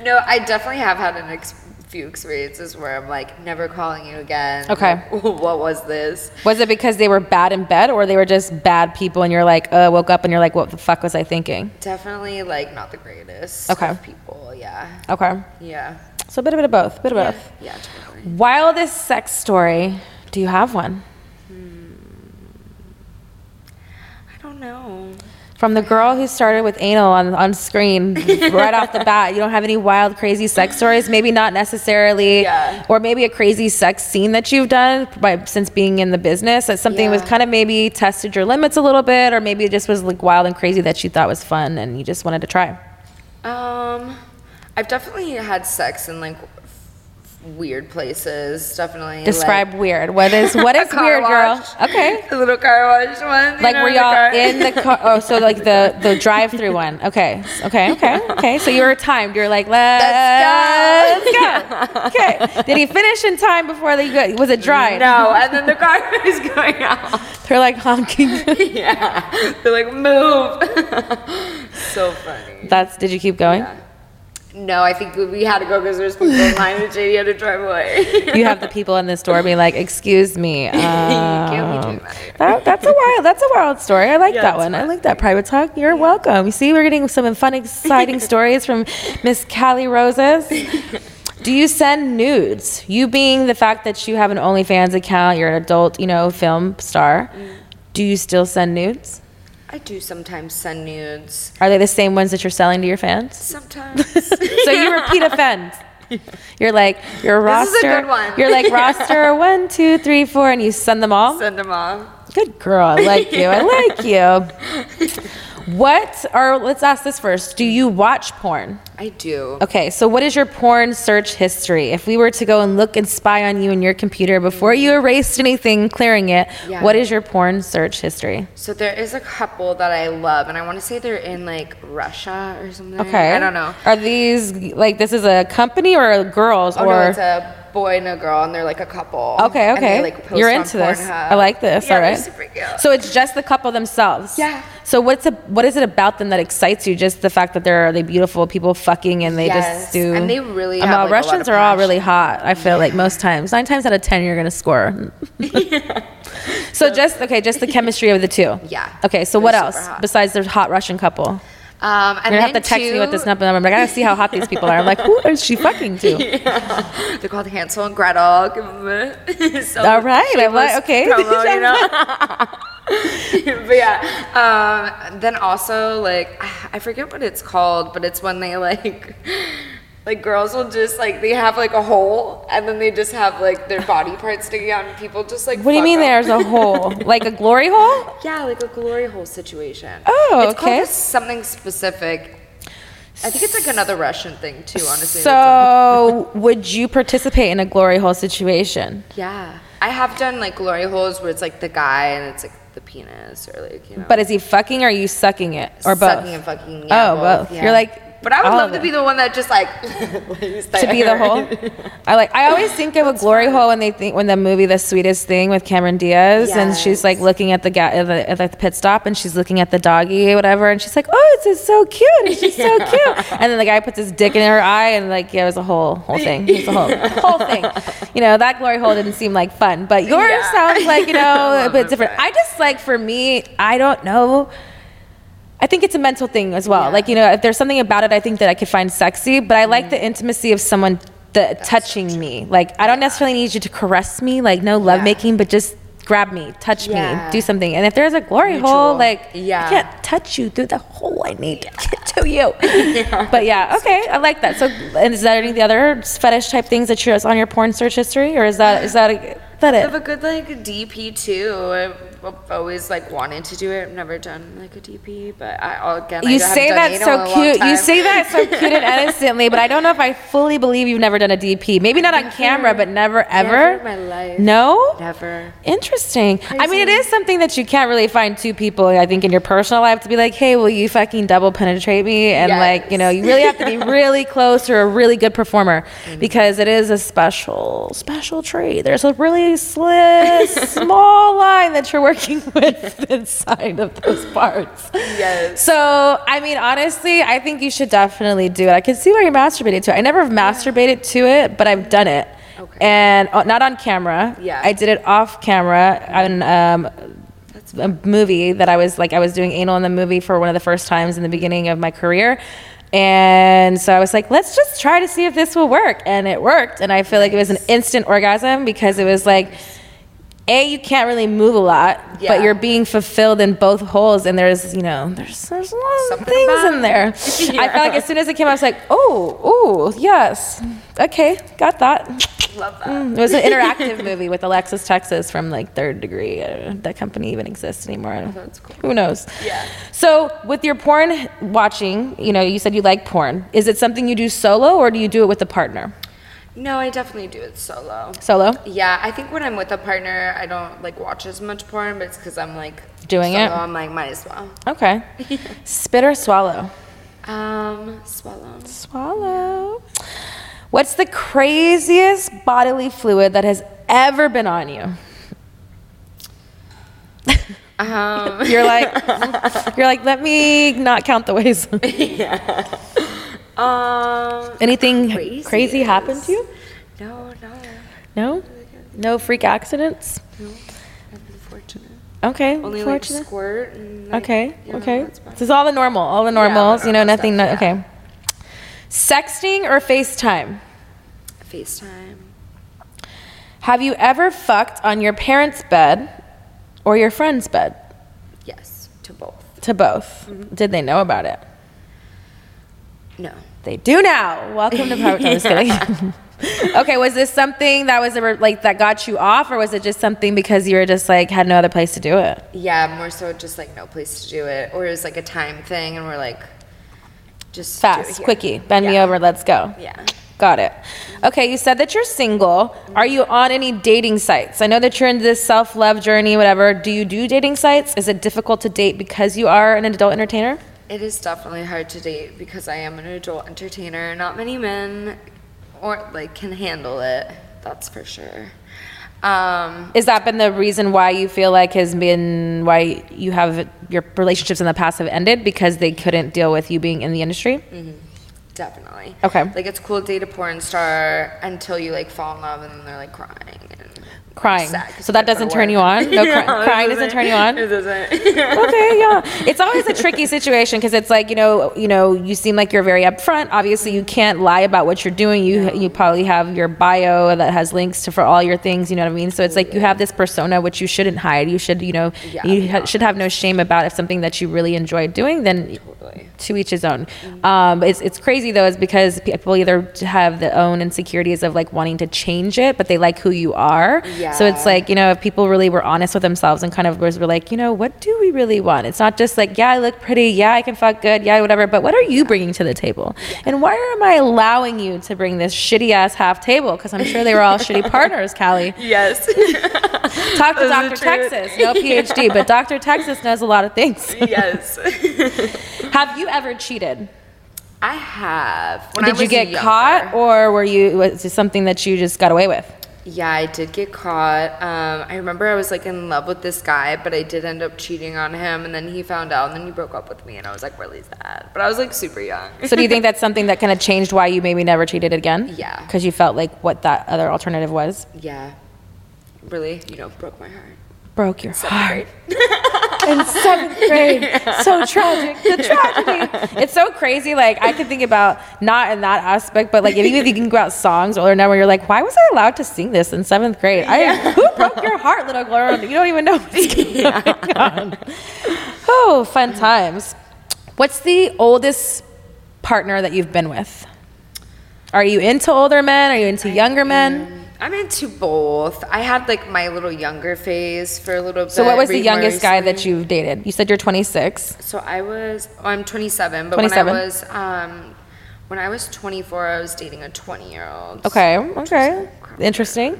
No, I definitely have had an ex- few experiences where I'm like, never calling you again. Okay. Like, what was this? Was it because they were bad in bed or they were just bad people and you're like, uh, woke up and you're like, what the fuck was I thinking? Definitely like not the greatest. Okay. Of people. Yeah. Okay. Yeah. So a bit, a bit of both, bit of both. Yeah. Totally. Wildest sex story. Do you have one? I don't know. From the girl who started with anal on, on screen right off the bat. You don't have any wild, crazy sex stories? Maybe not necessarily. Yeah. Or maybe a crazy sex scene that you've done by, since being in the business. That something was Yeah. kind of maybe tested your limits a little bit, or maybe it just was like wild and crazy that you thought was fun and you just wanted to try. Um, I've definitely had sex in like f- weird places. Definitely. like, Describe weird. What is what a is car weird, wash. girl? Okay. A little car wash one. you Like know, were the car- y'all in the car? Oh, so like the the drive through one. Okay. Okay. Okay. Okay. So you were timed. You're like, let's, Let's go. Okay. Did he finish in time before they go? Was it dry? No, and then the car is going out. They're like honking. yeah. They're like, move. so funny. That's. Did you keep going? No, I think we- we had to go because there was people in line and JD had to drive away. You have the people in the store being like, excuse me. can't be um, doing that. that, that's a wild. That's a wild story. I like Yeah, that it's one. I like that private talk. You're welcome. You see, we're getting some fun, exciting stories from Miss Callie Roses. Do you send nudes? You being the fact that you have an OnlyFans account, you're an adult, you know, film star. Do you still send nudes? I do sometimes send nudes. Are they the same ones that you're selling to your fans? Sometimes. So you repeat offense. You're like your roster. This is a good one. You're like roster one, two, three, four, and you send them all. send them off. Good girl. I like you. I like you. What are, let's ask this first. Do you watch porn? I do. Okay, so what is your porn search history? If we were to go and look and spy on you in your computer before you erased anything, clearing it, Yeah. what is your porn search history? So there is a couple that I love, and I want to say they're in like Russia or something. Okay. I Mm, don't know. Are these, like, this is a company or girls Oh or? no, it's a boy and a girl, and they're like a couple. Okay, And they, okay. like, post You're on into this. Pornhub. I like this. Yeah, All they're right. super cute. So it's just the couple themselves. Yeah. So what's a, what is it about them that excites you? Just the fact that they're are they beautiful people fucking and they Yes, just do. and they really Um, have, uh, like, a lot of Russians are all really passion. hot. I feel like most times, nine times out of ten, you're gonna score. So just okay, just the chemistry of the two. Yeah. Okay. So They're what super else hot. besides the hot Russian couple? Um, and You're gonna have then to text me two- with this number. I'm like, I gotta see how hot these people are. I'm like, who is she fucking to? They're called Hansel and Gretel. Give 'em a- so All right, I'm like, okay. shameless promo, you know? but yeah. Um, then also like I forget what it's called, but it's when they like. Like girls will just like they have like a hole and then they just have like their body parts sticking out and people just like What do you fuck mean? 'em. There's a hole, like a glory hole? Yeah, like a glory hole situation. Oh, it's called okay. something specific. I think it's like another Russian thing too. Honestly. That's So, would you participate in a glory hole situation? a- yeah, I have done like glory holes where it's like the guy and it's like the penis or like you know. But is he fucking or are you sucking it or both? Sucking and fucking. Yeah, Oh, both. You're like, But I would all love of it. to be the one that just like to to be the hole. I like. I always think of a glory hole when they think when the movie The Sweetest Thing with Cameron Diaz, and she's like Yes. looking at the guy at the, at the pit stop, and she's looking at the doggy or whatever, and she's like, "Oh, it's just so cute. It's just so cute." And then the guy puts his dick in her eye, and like, yeah, it was a whole whole thing. It was a whole whole thing. You know, that glory hole didn't seem like fun, but yours Yeah. sounds like you know a Love bit it, different. but- I just like for me, I don't know. I think it's a mental thing as well. Yeah. Like, you know, if there's something about it I think that I could find sexy, but I like the Mm-hmm. intimacy of someone the, touching me. Like, I don't necessarily need you to caress me, like, no love making, but just grab me, touch Yeah. me, do something. And if there's a glory hole, Mutual. like, Yeah. I can't touch you through the hole. I need to get to you. But yeah, okay, I like that. So, and is there any of the other fetish type things that you're on your porn search history, or is that is that a, that I have it? a good like DP too. I've I've always like wanted to do it. I've never done like a DP, but I again I You haven't say done that anal in a so long cute. You time. say that so cute and innocently, but I don't know if I fully believe you've never done a DP. Maybe not on camera, but never ever. Never in my life. No. Never. Interesting. I mean, it is something that you can't really find two people. I think in your personal life to be like, hey, will you fucking double penetrate me? And like, you know, you really have to be really close or a really good performer Mm-hmm. because it is a special, special trait. There's a really sli- small line that you're working with inside of those parts. Yes. So, I mean, honestly, I think you should definitely do it. I can see why you're masturbating to it. I never have masturbated to it, but I've done it. Okay. And uh, not on camera. Yeah. I did it off camera on um, a movie that I was like, I was doing anal in the movie for one of the first times in the beginning of my career. And so I was like, let's just try to see if this will work. And it worked. And I feel like it was an instant orgasm because it was like, a you can't really move a lot Yeah. but you're being fulfilled in both holes and there's you know there's there's a lot of Something things about in there i felt like as soon as it came out i was like oh oh yes okay got that Love that. Mm, it was an interactive movie with Alexis Texas from like Third Degree. I don't know if that company even exists anymore. Oh, That's cool. Who knows? Yeah. So with your porn watching, you know, you said you like porn. Is it something you do solo or do you do it with a partner? No, I definitely do it solo. Solo? Yeah, I think when I'm with a partner, I don't like watch as much porn, but it's because I'm like Doing solo, it? I'm like might as well. Okay. Spit or swallow? Um, swallow. Swallow. What's the craziest bodily fluid that has ever been on you? Um, You're like, you're like, let me not count the ways. um, Anything Craziest. crazy happened to you? no, no, No, no freak accidents. I've been fortunate. Okay, Only fortunate. like squirt. And, like, okay, you know, okay. that's about This is all the normal, all the the normals. you know, normal nothing. stuff, no, okay. Sexting or FaceTime? it. FaceTime. Have you ever fucked on your parents' bed or your friend's bed? Yes, to both. To both. Did they know about it? No. They do now. Welcome to Power. No, I'm just kidding. okay, was this something that was ever, like that got you off, or was it just something because you were just like had no other place to do it? Yeah, more so just like no place to do it, or it was like a time thing, and we're like, just do it Fast, here. quickie, bend me Yeah. over, let's go. Yeah. Got it. Okay, you said that you're single. Are you on any dating sites? I know that you're into this self love journey, whatever. Do you do dating sites? Is it difficult to date because you are an adult entertainer? It is definitely hard to date because I am an adult entertainer. Not many men, or like, can handle it. That's for sure. Um, Is that been the reason why you feel like has been why you have your relationships in the past have ended because they couldn't deal with you being in the industry? Mm. definitely. Okay. Like it's cool to date a porn star until you like fall in love and then they're like crying. And Crying. sad 'cause So that they never doesn't turn you work. on? No, cry- it crying doesn't turn you on? It doesn't. okay, yeah. It's always a tricky situation because it's like you know, you know, you seem like you're very upfront. Obviously, you can't lie about what you're doing. You you probably have your bio that has links to for all your things. You know what I mean? So it's like you have this persona which you shouldn't hide. You should you know Yeah, you ha- should have no shame about if something that you really enjoy doing. Then Totally. Mm-hmm. to each his own. Um, it's, it's crazy though, is because people either have their own insecurities of like wanting to change it, but they like who you are. So it's Yeah. like, you know, if people really were honest with themselves and kind of was, were like, you know, what do we really want? It's not just like, yeah, I look pretty. Yeah, I can fuck good. Yeah, whatever. But what are you bringing to the table? And why am I allowing you to bring this shitty ass half table? Because I'm sure they were all shitty partners, Callie. Yes. Talk to Those are Dr. true. Texas, no PhD, but Dr. Texas knows a lot of things. yes. Have you ever cheated? I have. When I Did you was get younger- caught, or were you was it something that you just got away with? Yeah, I did get caught. Um, I remember I was like in love with this guy, but I did end up cheating on him, and then he found out, and then he broke up with me, and I was like really sad. But I was like super young. So do you think that's something that kind of changed why you maybe never cheated again? Yeah. because you felt like what that other alternative was Yeah, really, you know, broke my heart. broke your Seventh heart. grade. in seventh grade. So tragic. The tragedy. It's so crazy. Like I could think about not in that aspect, but like if you, if you think about songs older now where you're like, why was I allowed to sing this in seventh grade? I who broke your heart, little girl? You don't even know what's going on. Oh, fun times. What's the oldest partner that you've been with? Are you into older men? Are you into younger men? I'm into both. I had like my little younger phase for a little bit. So what was the re- more youngest guy that recently. you've dated? You said you're 26. So I was. Oh, I'm 27, but when 27. I was um, when I was 24, I was dating a 20 year old. Okay. Okay. Interesting.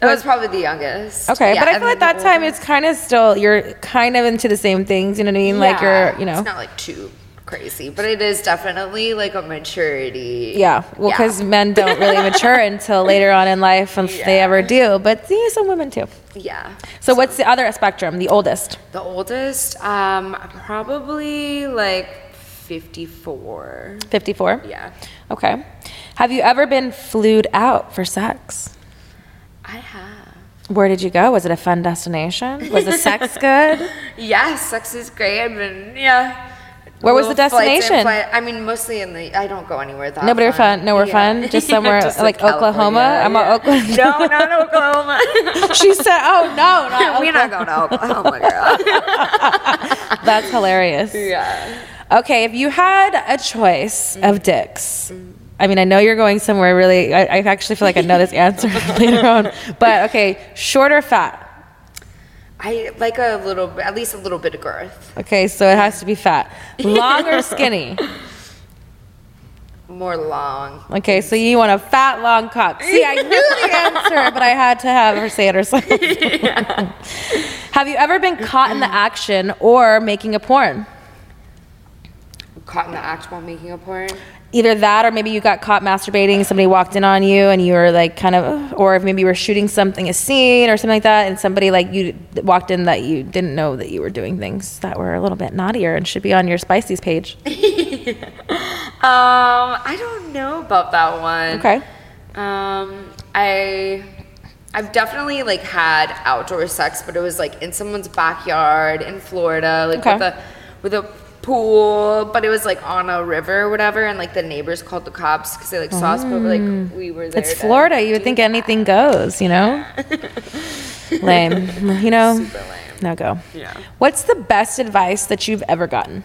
That was probably the youngest. Okay, Yeah, but I and feel like then that the time oldest- it's kind of still you're kind of into the same things. You know what I mean? Like Yeah, you're, you know, It's not like too crazy, but it is definitely like a maturity. yeah. Well, because men don't really mature until later on in life, if they Yeah. ever do. But see, some women too. Yeah. So what's the other spectrum? The oldest. The oldest, um, probably like 54. 54. Yeah. Okay. Have you ever been flued out for sex? I have. Where did you go? Was it a fun destination? Was the sex good? Yeah, sex is great. I've been, yeah. Where was the Little flights in, destination? flight- I mean, mostly in the. I don't go anywhere that. Nobody were fun. Nowhere Yeah. fun. Just somewhere like, Oklahoma. California, I'm yeah. a Oklahoma. No, not Oklahoma. she said, "Oh no, not We're not going to Oklahoma, girl. Oklahoma." That's hilarious. yeah. Okay, if you had a choice of dicks, I mean, I know you're going somewhere really, I, I actually feel like I know this answer later on, but okay, short or fat? I like a little, bit- at least a little bit of girth, Okay, so it has to be fat. Long or skinny? more long. Okay, so you want a fat, long cock. See, I knew the answer, but I had to have her say it herself. have you ever been caught in the action or making a porn? Caught in the act while making a porn. either that or maybe you got caught masturbating somebody walked in on you and you were like kind of "Ugh," or if maybe you were shooting something a scene or something like that and somebody like you walked in that you didn't know that you were doing things that were a little bit naughtier and should be on your spices page Um, I don't know about that one. okay Um, I I've definitely like had outdoor sex, but it was like in someone's backyard in Florida, like with Okay. a with a pool, but it was like on a river or whatever, and like the neighbors called the cops because they like saw us, but like we were there. Mm. it's to florida you would do think that. anything goes you know lame you know Super lame. no go Yeah. what's the best advice that you've ever gotten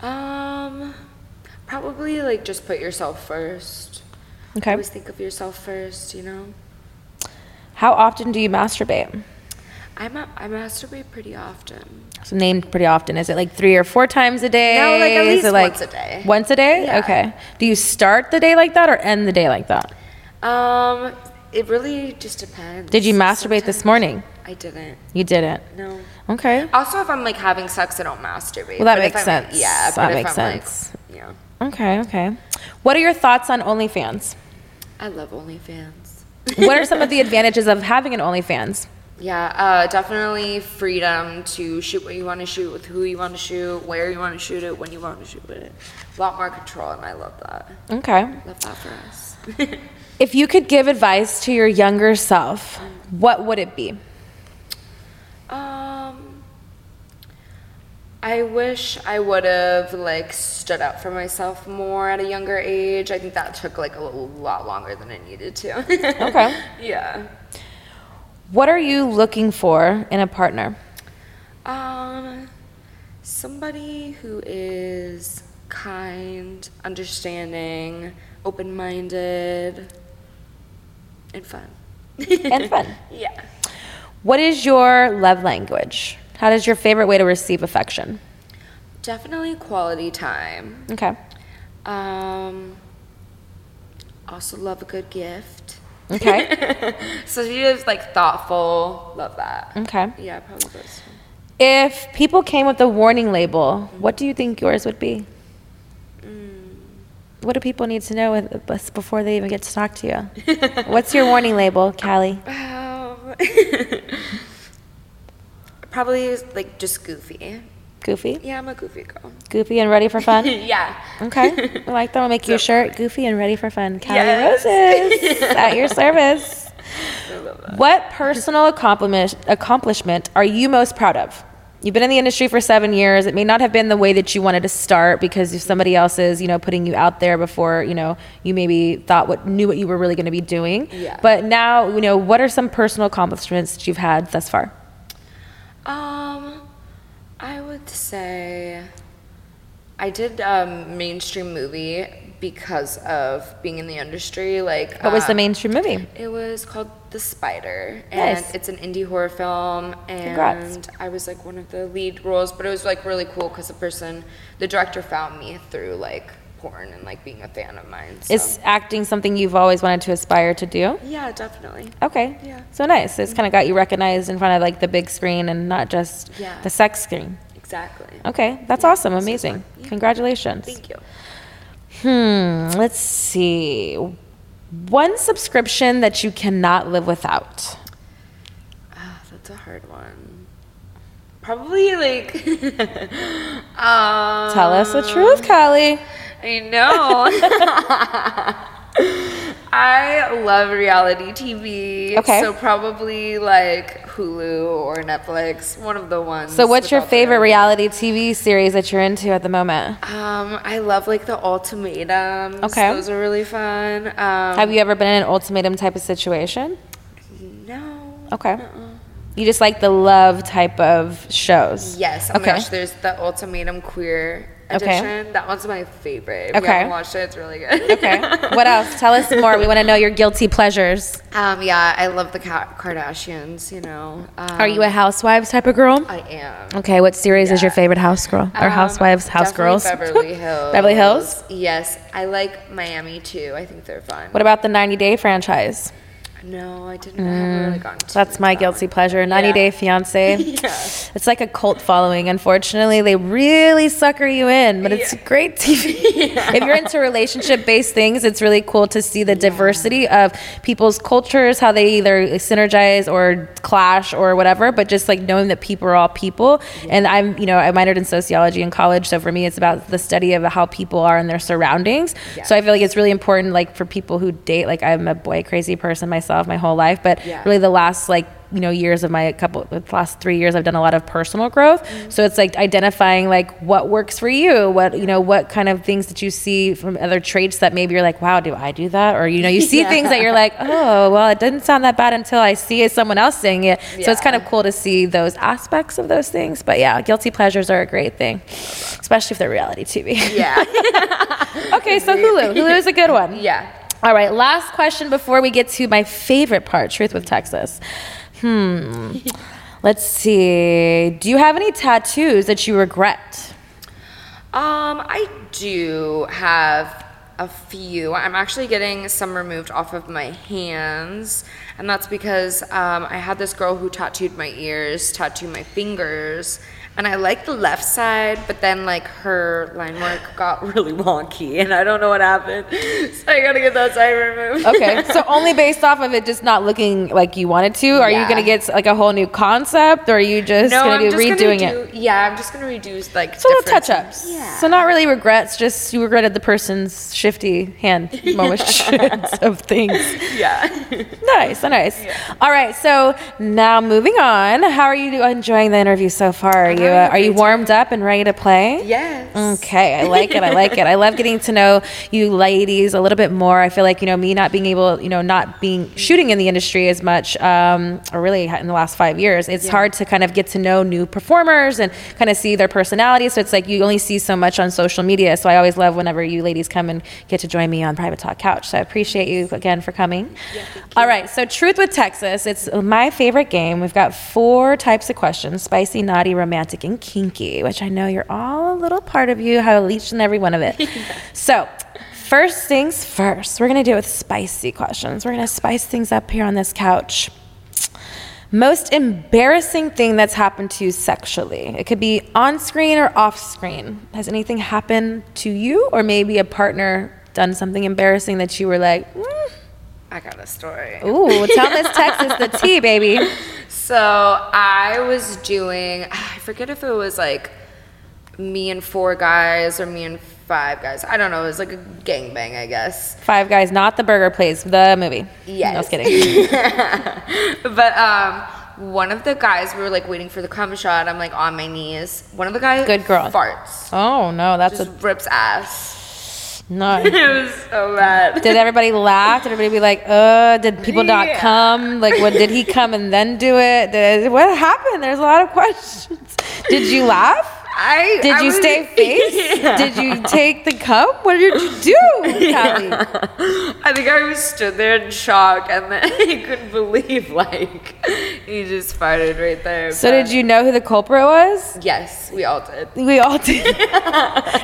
Um, probably like just put yourself first. Okay. Always think of yourself first, you know? How often do you masturbate? I, ma- I masturbate pretty often. It's named pretty often. Is it like three or four times a day? No, like, at Is least it, like, once a day. Once a day? Yeah. Okay. Do you start the day like that or end the day like that? Um, it really just depends. Did you masturbate this morning? I didn't. You didn't. No. Okay. Also, if I'm like having sex, I don't masturbate. Well, that But if makes I'm- sense. Yeah, That but if makes I'm, sense. Like, yeah, Okay. Okay. What are your thoughts on OnlyFans? I love OnlyFans. What are some of the advantages of having an OnlyFans? Yeah, uh, definitely freedom to shoot what you want to shoot with who you want to shoot, where you want to shoot it, when you want to shoot it. A lot more control, and I love that. Okay. Love that for us. If you could give advice to your younger self, what would it be? Um, I wish I would have like stood up for myself more at a younger age. I think that took like a little, lot longer than it needed to. Okay. yeah. What are you looking for in a partner? Um, somebody who is kind, understanding, open-minded, and fun. And fun. Yeah. What is your love language? How does your favorite way to receive affection? Definitely quality time. Okay. Um, also love a good gift. Okay. So if you're just like thoughtful, love that. okay. Yeah, probably those. two. If people came with a warning label, what do you think yours would be? What do people need to know with- bes- before they even get to talk to you? What's your warning label, Callie? Um, probably like just goofy. Goofy? Yeah, I'm a goofy girl. Goofy and ready for fun? yeah. Okay, I like that. We'll make you a shirt, goofy and ready for fun. Cali Yes. Roses at your service. I love that. What personal accomplishment accomplishment are you most proud of? You've been in the industry for seven years. It may not have been the way that you wanted to start because if somebody else is, you know, putting you out there before, you know, you maybe thought what knew what you were really going to be doing. Yeah. But now, you know, what are some personal accomplishments that you've had thus far? Um, I would say I did a mainstream movie because of being in the industry. Like, What was uh, the mainstream movie? It was called The Spider, and Nice. it's an indie horror film. And Congrats. I was like one of the lead roles, but it was like really cool because the person, the director, found me through like porn and like being a fan of mine. So. Is acting something you've always wanted to aspire to do? yeah, definitely. Okay. Yeah. So nice. It's kind of got you recognized in front of like the big screen and not just Yeah. the sex screen. Exactly. Okay. That's awesome. Amazing. Congratulations. Thank you. Hmm. Let's see. One subscription that you cannot live without. Ah, that's a hard one. Probably like. um, Tell us the truth, Callie. I know. I love reality TV. Okay. So probably like Hulu or Netflix, one of the ones. So, what's your without the- favorite reality TV series that you're into at the moment? Um, I love like the ultimatums. Okay. Those are really fun. Um, Have you ever been in an ultimatum type of situation? No. Okay. Uh-uh. You just like the love type of shows. Yes. Oh Okay. my gosh, there's the ultimatum queer Okay. edition. That one's my favorite. If Okay. you haven't watched it, it's really good. Okay. what else? Tell us more. We want to know your guilty pleasures. Um, yeah, I love the Ka- Kardashians, you know. Um, Are you a housewives type of girl? I am. Okay, what series is your favorite house girl or Um, housewives, house definitely girls? Beverly Hills. Beverly Hills? Yes, I like Miami too. I think they're fun. What about the 90 Day franchise? No, I didn't. I haven't really gone to Mm. That's my guilty pleasure. 90 Yeah. Day Fiance. It's like a cult following, unfortunately. They really sucker you in, but it's great TV. If you're into relationship based things, it's really cool to see the diversity of people's cultures, how they either synergize or clash or whatever, but just like knowing that people are all people. And I'm, you know, I minored in sociology in college, so for me, it's about the study of how people are in their surroundings. So I feel like it's really important, like for people who date, like I'm a boy crazy person myself my whole life, but Yeah. really the last like you know years of my couple the last three years i've done a lot of personal growth so it's like identifying like what works for you what you know what kind of things that you see from other traits that maybe you're like wow do i do that or you know you see things that you're like oh well it didn't sound that bad until i see someone else saying it so it's kind of cool to see those aspects of those things but yeah guilty pleasures are a great thing especially if they're reality tv Yeah. okay so hulu hulu is a good one yeah. all right, last question before we get to my favorite part, Truth with Texas. Hmm. Let's see. Do you have any tattoos that you regret? Um, I do have a few. I'm actually getting some removed off of my hands, and that's because um, I had this girl who tattooed my ears, tattooed my fingers, and I like the left side, but then like her line work got really wonky, and I don't know what happened, so I gotta get that side removed. Okay, so only based off of it just not looking like you wanted to? Are you Yeah. going to get like a whole new concept or are you just No, going I'm to do just redoing gonna do, it? Yeah, I'm just gonna redo like So little different- touch ups. So, not really regrets, just you regretted the person's shifty hand motions of things. Yeah. Nice, so nice. All right, so now moving on. How are you enjoying the interview so far? Are you uh, are you warmed up and ready to play? yes. Okay, I like it. I like it. I love getting to know you ladies a little bit more. I feel like, you know, me not being able, you know, not being shooting in the industry as much, um, or really in the last five years, it's hard to kind of get to know new performers and kind of see their personality. So it's like you only see so much on social media. So I always love whenever you ladies come and get to join me on Private Talk Couch. So I appreciate you again for coming. All right, so Truth with Texas. It's my favorite game. We've got four types of questions spicy, naughty, romantic, and kinky, which I know you're all a little part of you, how each and every one of it. So, first things first, we're going to do it with spicy questions. We're going to spice things up here on this couch. Most embarrassing thing that's happened to you sexually? It could be on screen or off screen. Has anything happened to you, or maybe a partner done something embarrassing that you were like, "Mm, I got a story. Ooh, tell Miss Texas the tea, baby. So I was doing, I forget if it was like me and four guys or me and five guys. I don't know. It was like a gangbang, I guess. Five Guys, not the burger place, the movie. Yes. No, I was kidding. But um, one of the guys, we were like waiting for the cum shot. I'm like on my knees. One of the guys Good girl. farts, Oh no, that's just rips ass. a no. It was so bad. Did everybody laugh? Did everybody be like, uh, did people not Yeah. come? Like, what did he come and then do it? Did, what happened? There's a lot of questions. Did you laugh? I Did I you was- stay face? Did you take the cup? What did you do, Callie? I think I was stood there in shock, and then I couldn't believe like he just farted right there. So did you know who the culprit was? Yes, we all did. We all did.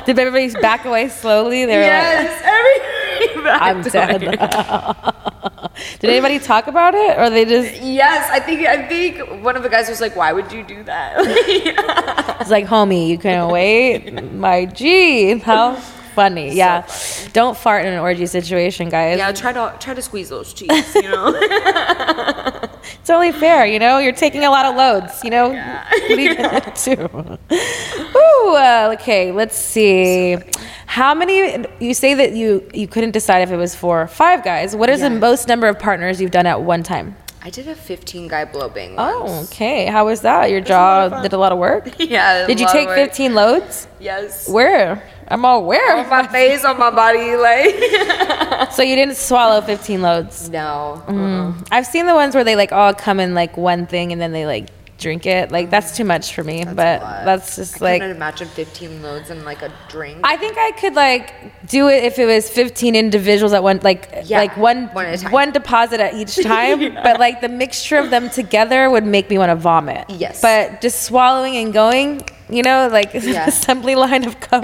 did everybody back away slowly? They were like, Yes, every I'm dead. Did anybody talk about it, or they just Yes, I think I think one of the guys was like, "Why would you do that?" it's like, homie, you couldn't wait? My G, how funny! yeah, don't fart in an orgy situation, guys. yeah, try to try to squeeze those cheeks, you know. It's only fair, you know. You're taking a lot of loads, you know. What are you gonna do? Ooh, uh, okay. Let's see. How many? You say that you you couldn't decide if it was four or five guys. What is the most number of partners you've done at one time? I did a 15 guy blow bang. Oh, once. okay. How was that? Your jaw did a lot of work. yeah. Did you lot of take work. 15 loads? Yes. Where? I'm all On where? my face, on my body, like. So you didn't swallow 15 loads. No. Mm, Uh-uh. I've seen the ones where they like all come in like one thing and then they like drink it. Like that's too much for me. but that's just I like couldn't imagine 15 loads in like a drink. I think I could like do it if it was 15 individuals at one like Yeah, like one one at a time. one deposit at each time but like the mixture of them together would make me want to vomit. Yes. But just swallowing and going, you know, like Yeah. assembly line of cum.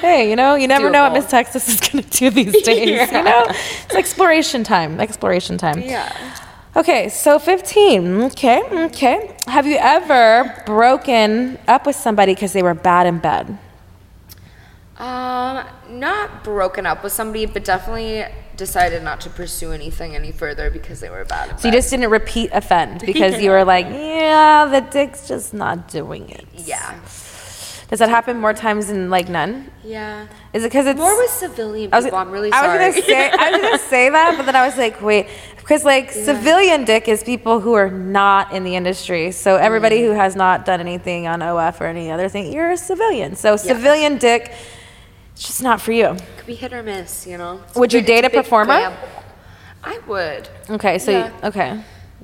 Hey, you know, you never know what Doable. Miss Texas is going to do these days, you know? It's exploration time, exploration time. yeah. Okay, so 15. Okay, okay. Have you ever broken up with somebody because they were bad in bed? Um, not broken up with somebody, but definitely decided not to pursue anything any further because they were bad. at So you that. just didn't repeat offend because you were like, yeah, the dick's just not doing it. yeah, Does that happen more times than like none? yeah. Is it because it's More with civilian I was, people. I'm really I sorry. was gonna say I was gonna say that, but then I was like, wait, because like civilian dick is people who are not in the industry. So everybody Mm. who has not done anything on OF or any other thing, you're a civilian. So civilian dick, it's just not for you. Could be hit or miss, you know. Would you It's big- date a it's big performer? gamble. I would. Okay, so Yeah. you, okay,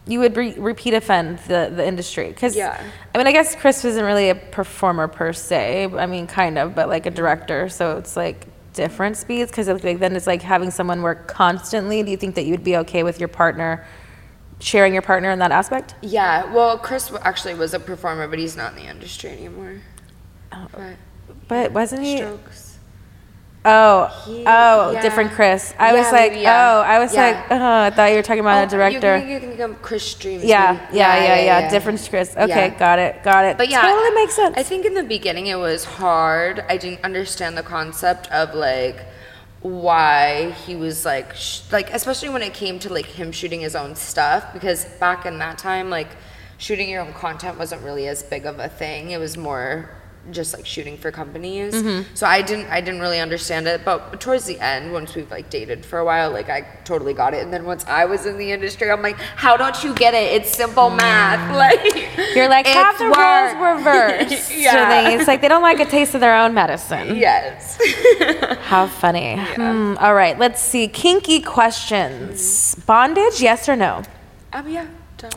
you would re- repeat offend the the industry because Yeah. I mean I guess Chris isn't really a performer per se. I mean kind of, but like a director, so it's like different speeds because like then it's like having someone work constantly. Do you think that you'd be okay with your partner sharing your partner in that aspect? Yeah. Well, Chris w- actually was a performer, but he's not in the industry anymore. But But wasn't he? strokes. Oh, He- oh, yeah. different Chris. I was Yeah, like, maybe, yeah. oh, I was Yeah. like, oh, I thought you were talking about a You director. can, you can think of Chris Dreams. yeah, maybe. yeah, yeah, yeah, Different Chris. Okay, Yeah. got it, got it. But yeah, totally makes sense. I think in the beginning it was hard. I didn't understand the concept of like why he was like sh- like especially when it came to like him shooting his own stuff because back in that time like shooting your own content wasn't really as big of a thing. It was more just like shooting for companies. Mm-hmm. So I didn't I didn't really understand it, but towards the end once we've like dated for a while, like I totally got it. And then once I was in the industry, I'm like, how don't you get it? It's simple Mm. math. Like You're like, have It's the work. roles reversed. Yeah. So they, it's like they don't like a taste of their own medicine. Yes. How funny. Hmm, all right, let's see. Kinky questions. Bondage, yes or no? um, yeah, dumb.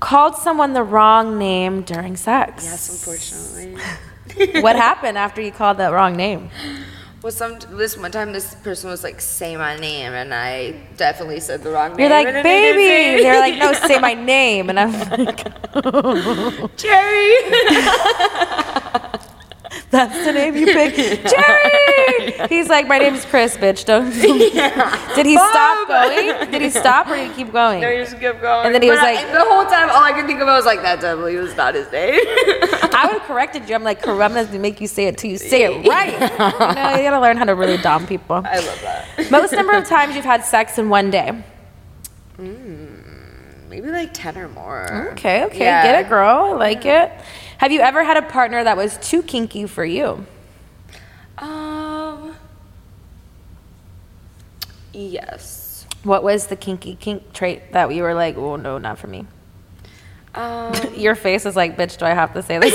Called someone the wrong name during sex. Yes, unfortunately. What happened after you called the wrong name? Well, some this one time, this person was like, "Say my name," and I definitely said the wrong You're name. like, and then they didn't say baby. They're like, no, anything. say my name. And I'm like, Jerry. that's the name you picked. Jerry! He's like, my name's Chris, bitch. Don't. Did he stop going? Did he stop or did he keep going? I just kept going. And then he was But I- like- the whole time, all I could think about was like, that definitely was not his name. I would have corrected you. I'm like, "Correct- I'm gonna make you say it till you say it right. you know, you gotta learn how to really dom people. I love that. Most number of times you've had sex in one day. Maybe like ten or more. Okay, okay, Yeah. get it, girl. I like it. Have you ever had a partner that was too kinky for you? Um. Yes. What was the kinky kink trait that you were like, oh no, not for me? Um. Your face is like, bitch, do I have to say this?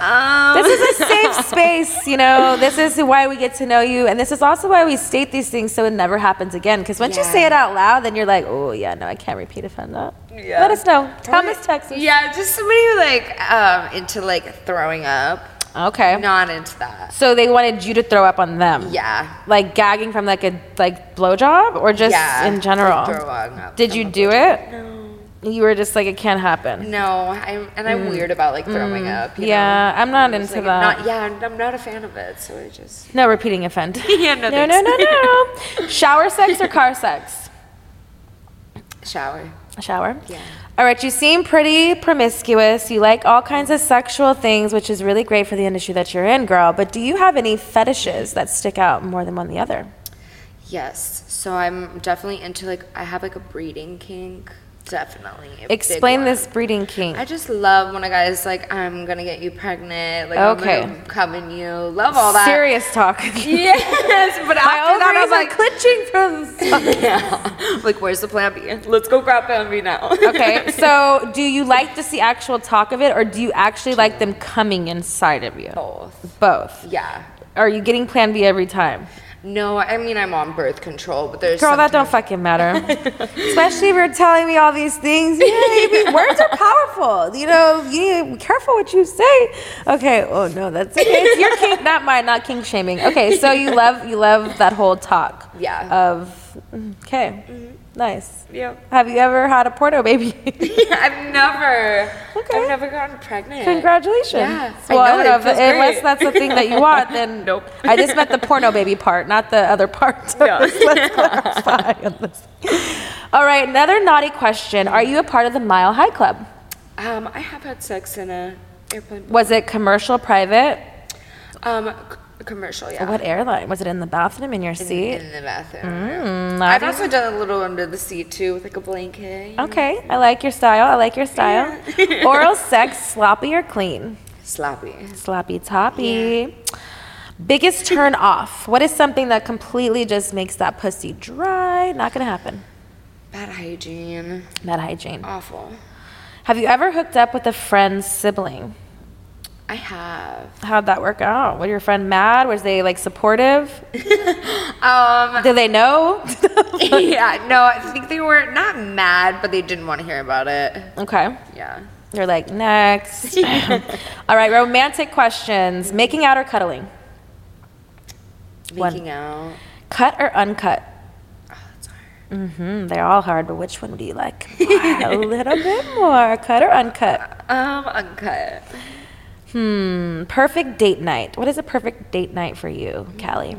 um this is a safe space, you know. This is why we get to know you, and this is also why we state these things so it never happens again. Because once you Yeah. say it out loud, then you're like, oh yeah, no, I can't repeat offend that. Yeah. Let us know, Thomas, Texas. Yeah, just somebody who like um into like throwing up. Okay. Not into that. So they wanted you to throw up on them. Yeah. Like gagging from like a like blowjob or just yeah. in general. like throwing up Did from you a do blowjob. it? No. You were just like it can't happen. No, I'm and I'm weird about like throwing up. you Mm. Yeah, know? I'm not just, into I'm that. Not, yeah, I'm- I'm not a fan of it. So I just No repeating offend. Yeah, no no, no, thanks. no, no. Shower sex or car sex? shower. A shower. Yeah. All right, you seem pretty promiscuous. You like all kinds of sexual things, which is really great for the industry that you're in, girl. But do you have any fetishes that stick out more than one the other? Yes. So I'm definitely into like I have like a breeding kink. Definitely. a big Explain one. this breeding kink. I just love when a guy's like, I'm gonna get you pregnant, like Okay. I'm gonna come in you. Love all that. Serious talk. Yes, but after My that I ovaries was are like, clenching from. yeah. Like, where's the plan B? Let's go grab plan B now. Okay, so do you like just the actual talk of it, or do you actually like them coming inside of you? Both. Both. Yeah. Are you getting Plan B every time? No, I mean I'm on birth control, but there's Girl, that sometimes- don't fucking matter. Especially if you're telling me all these things. Yeah, you be- words are powerful. You know, you need to be careful what you say. Okay. Oh no, that's okay. It's your kink, not mine. Not kink shaming. Okay. So you love you love that whole talk. Yeah. Mm-hmm. Of okay, nice. Yeah. Have you ever had a porto baby? I've never. Okay. I've never gotten pregnant. Congratulations. Yeah. Well, I know, I don't know, it if- feels unless great. that's the thing that you want, then Nope. I just meant the porno baby part, not the other part. So Yeah. let's, let's clarify on this. All right, another naughty question. Are you a part of the Mile High Club? Um, I have had sex in a airplane. Was it commercial, private? Um, c- commercial. Yeah. What airline? Was it in the bathroom, in your In, seat? Hmm? Mm, in the bathroom. Naughty. I've also done a little under the seat too with like a blanket. Okay, I like your style. I like your style. Oral sex, sloppy or clean? Sloppy. Sloppy toppy. Biggest turn off. What is something that completely just makes that pussy dry? Not gonna happen. Bad hygiene. Bad hygiene. Awful. Have you ever hooked up with a friend's sibling? I have. How'd that work out? Was your friend mad? Was they like supportive? Um. Did they know? yeah. No, I think they were not mad, but they didn't want to hear about it. okay. Yeah. They're like, next. All right, romantic questions. Making out or cuddling? One. Making out. Cut or uncut? Oh, that's hard. Hmm, they're all hard, but which one do you like? more? a little bit more. Cut or uncut? Um, uncut. Hmm, perfect date night. What is a perfect date night for you, Callie?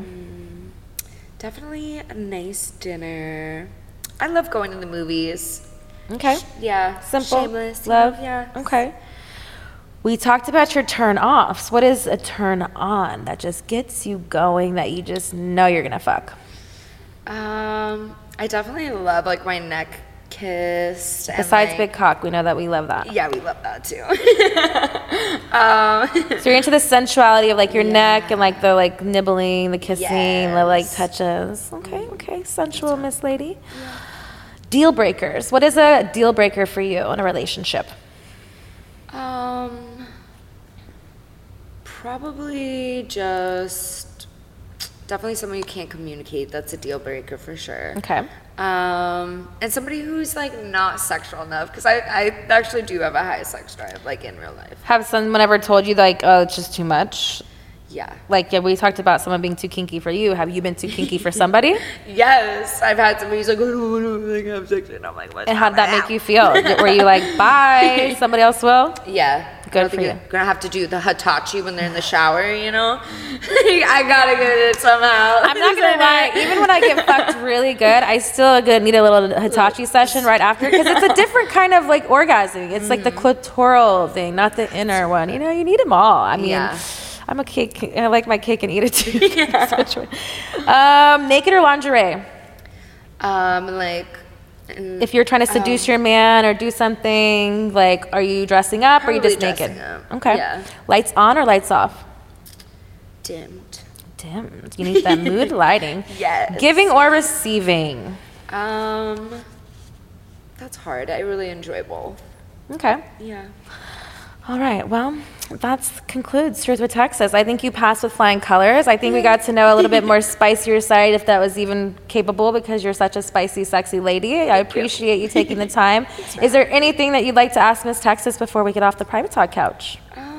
Definitely a nice dinner. I love going to the movies. Okay. Yeah. Simple. Shameless. you know, Love. Yeah. Okay. We talked about your turn offs. What is a turn on that just gets you going that you just know you're going to fuck? Um, I definitely love like my neck kissed. and, Besides like- Big Cock, we know that we love that. Yeah, we love that too. Um, So you're into the sensuality of like your neck and like the like nibbling, the kissing, the like Yes. Mm-hmm. touches. Okay, okay. Sensual, Miss Lady. Deal breakers. What is a deal breaker for you in a relationship? um, probably just definitely someone you can't communicate. That's a deal breaker for sure. Okay. Um, and somebody who's like not sexual enough because I, I actually do have a high sex drive like in real life. Have someone ever told you like, oh, it's just too much? Yeah. Like yeah, we talked about someone being too kinky for you. Have you been too kinky for somebody? Yes, I've had somebody who's like, oh, I don't really have sex, and I'm like, what? And how'd that make you feel? Were you like, bye, somebody else will? Yeah. Good I don't for think you. You're gonna have to do the Hitachi when they're in the shower, you know? I gotta get it somehow. I'm not gonna lie. Even when I get fucked really good, I still good need a little Hitachi session right after because it's a different kind of like orgasm. It's like the clitoral thing, not the inner one. You know, you need them all. I mean, Yeah. I'm a cake. and I like my cake and eat it too. um, naked or lingerie? Um, like, mm, If you're trying to seduce your man or do something, like, are you dressing up or are you just Probably naked? dressing up, Okay. yeah. Lights on or lights off? dimmed. Damn, you need that mood lighting. Yes. Giving or receiving? Um, that's hard. I really enjoy both. Okay. Yeah. All right. Well, that concludes Truth with Texas. I think you passed with flying colors. I think we got to know a little bit more spicier side, if that was even capable, because you're such a spicy, sexy lady. I appreciate you. taking the time. Is there anything that you'd like to ask Miss Texas before we get off the private talk couch? Um,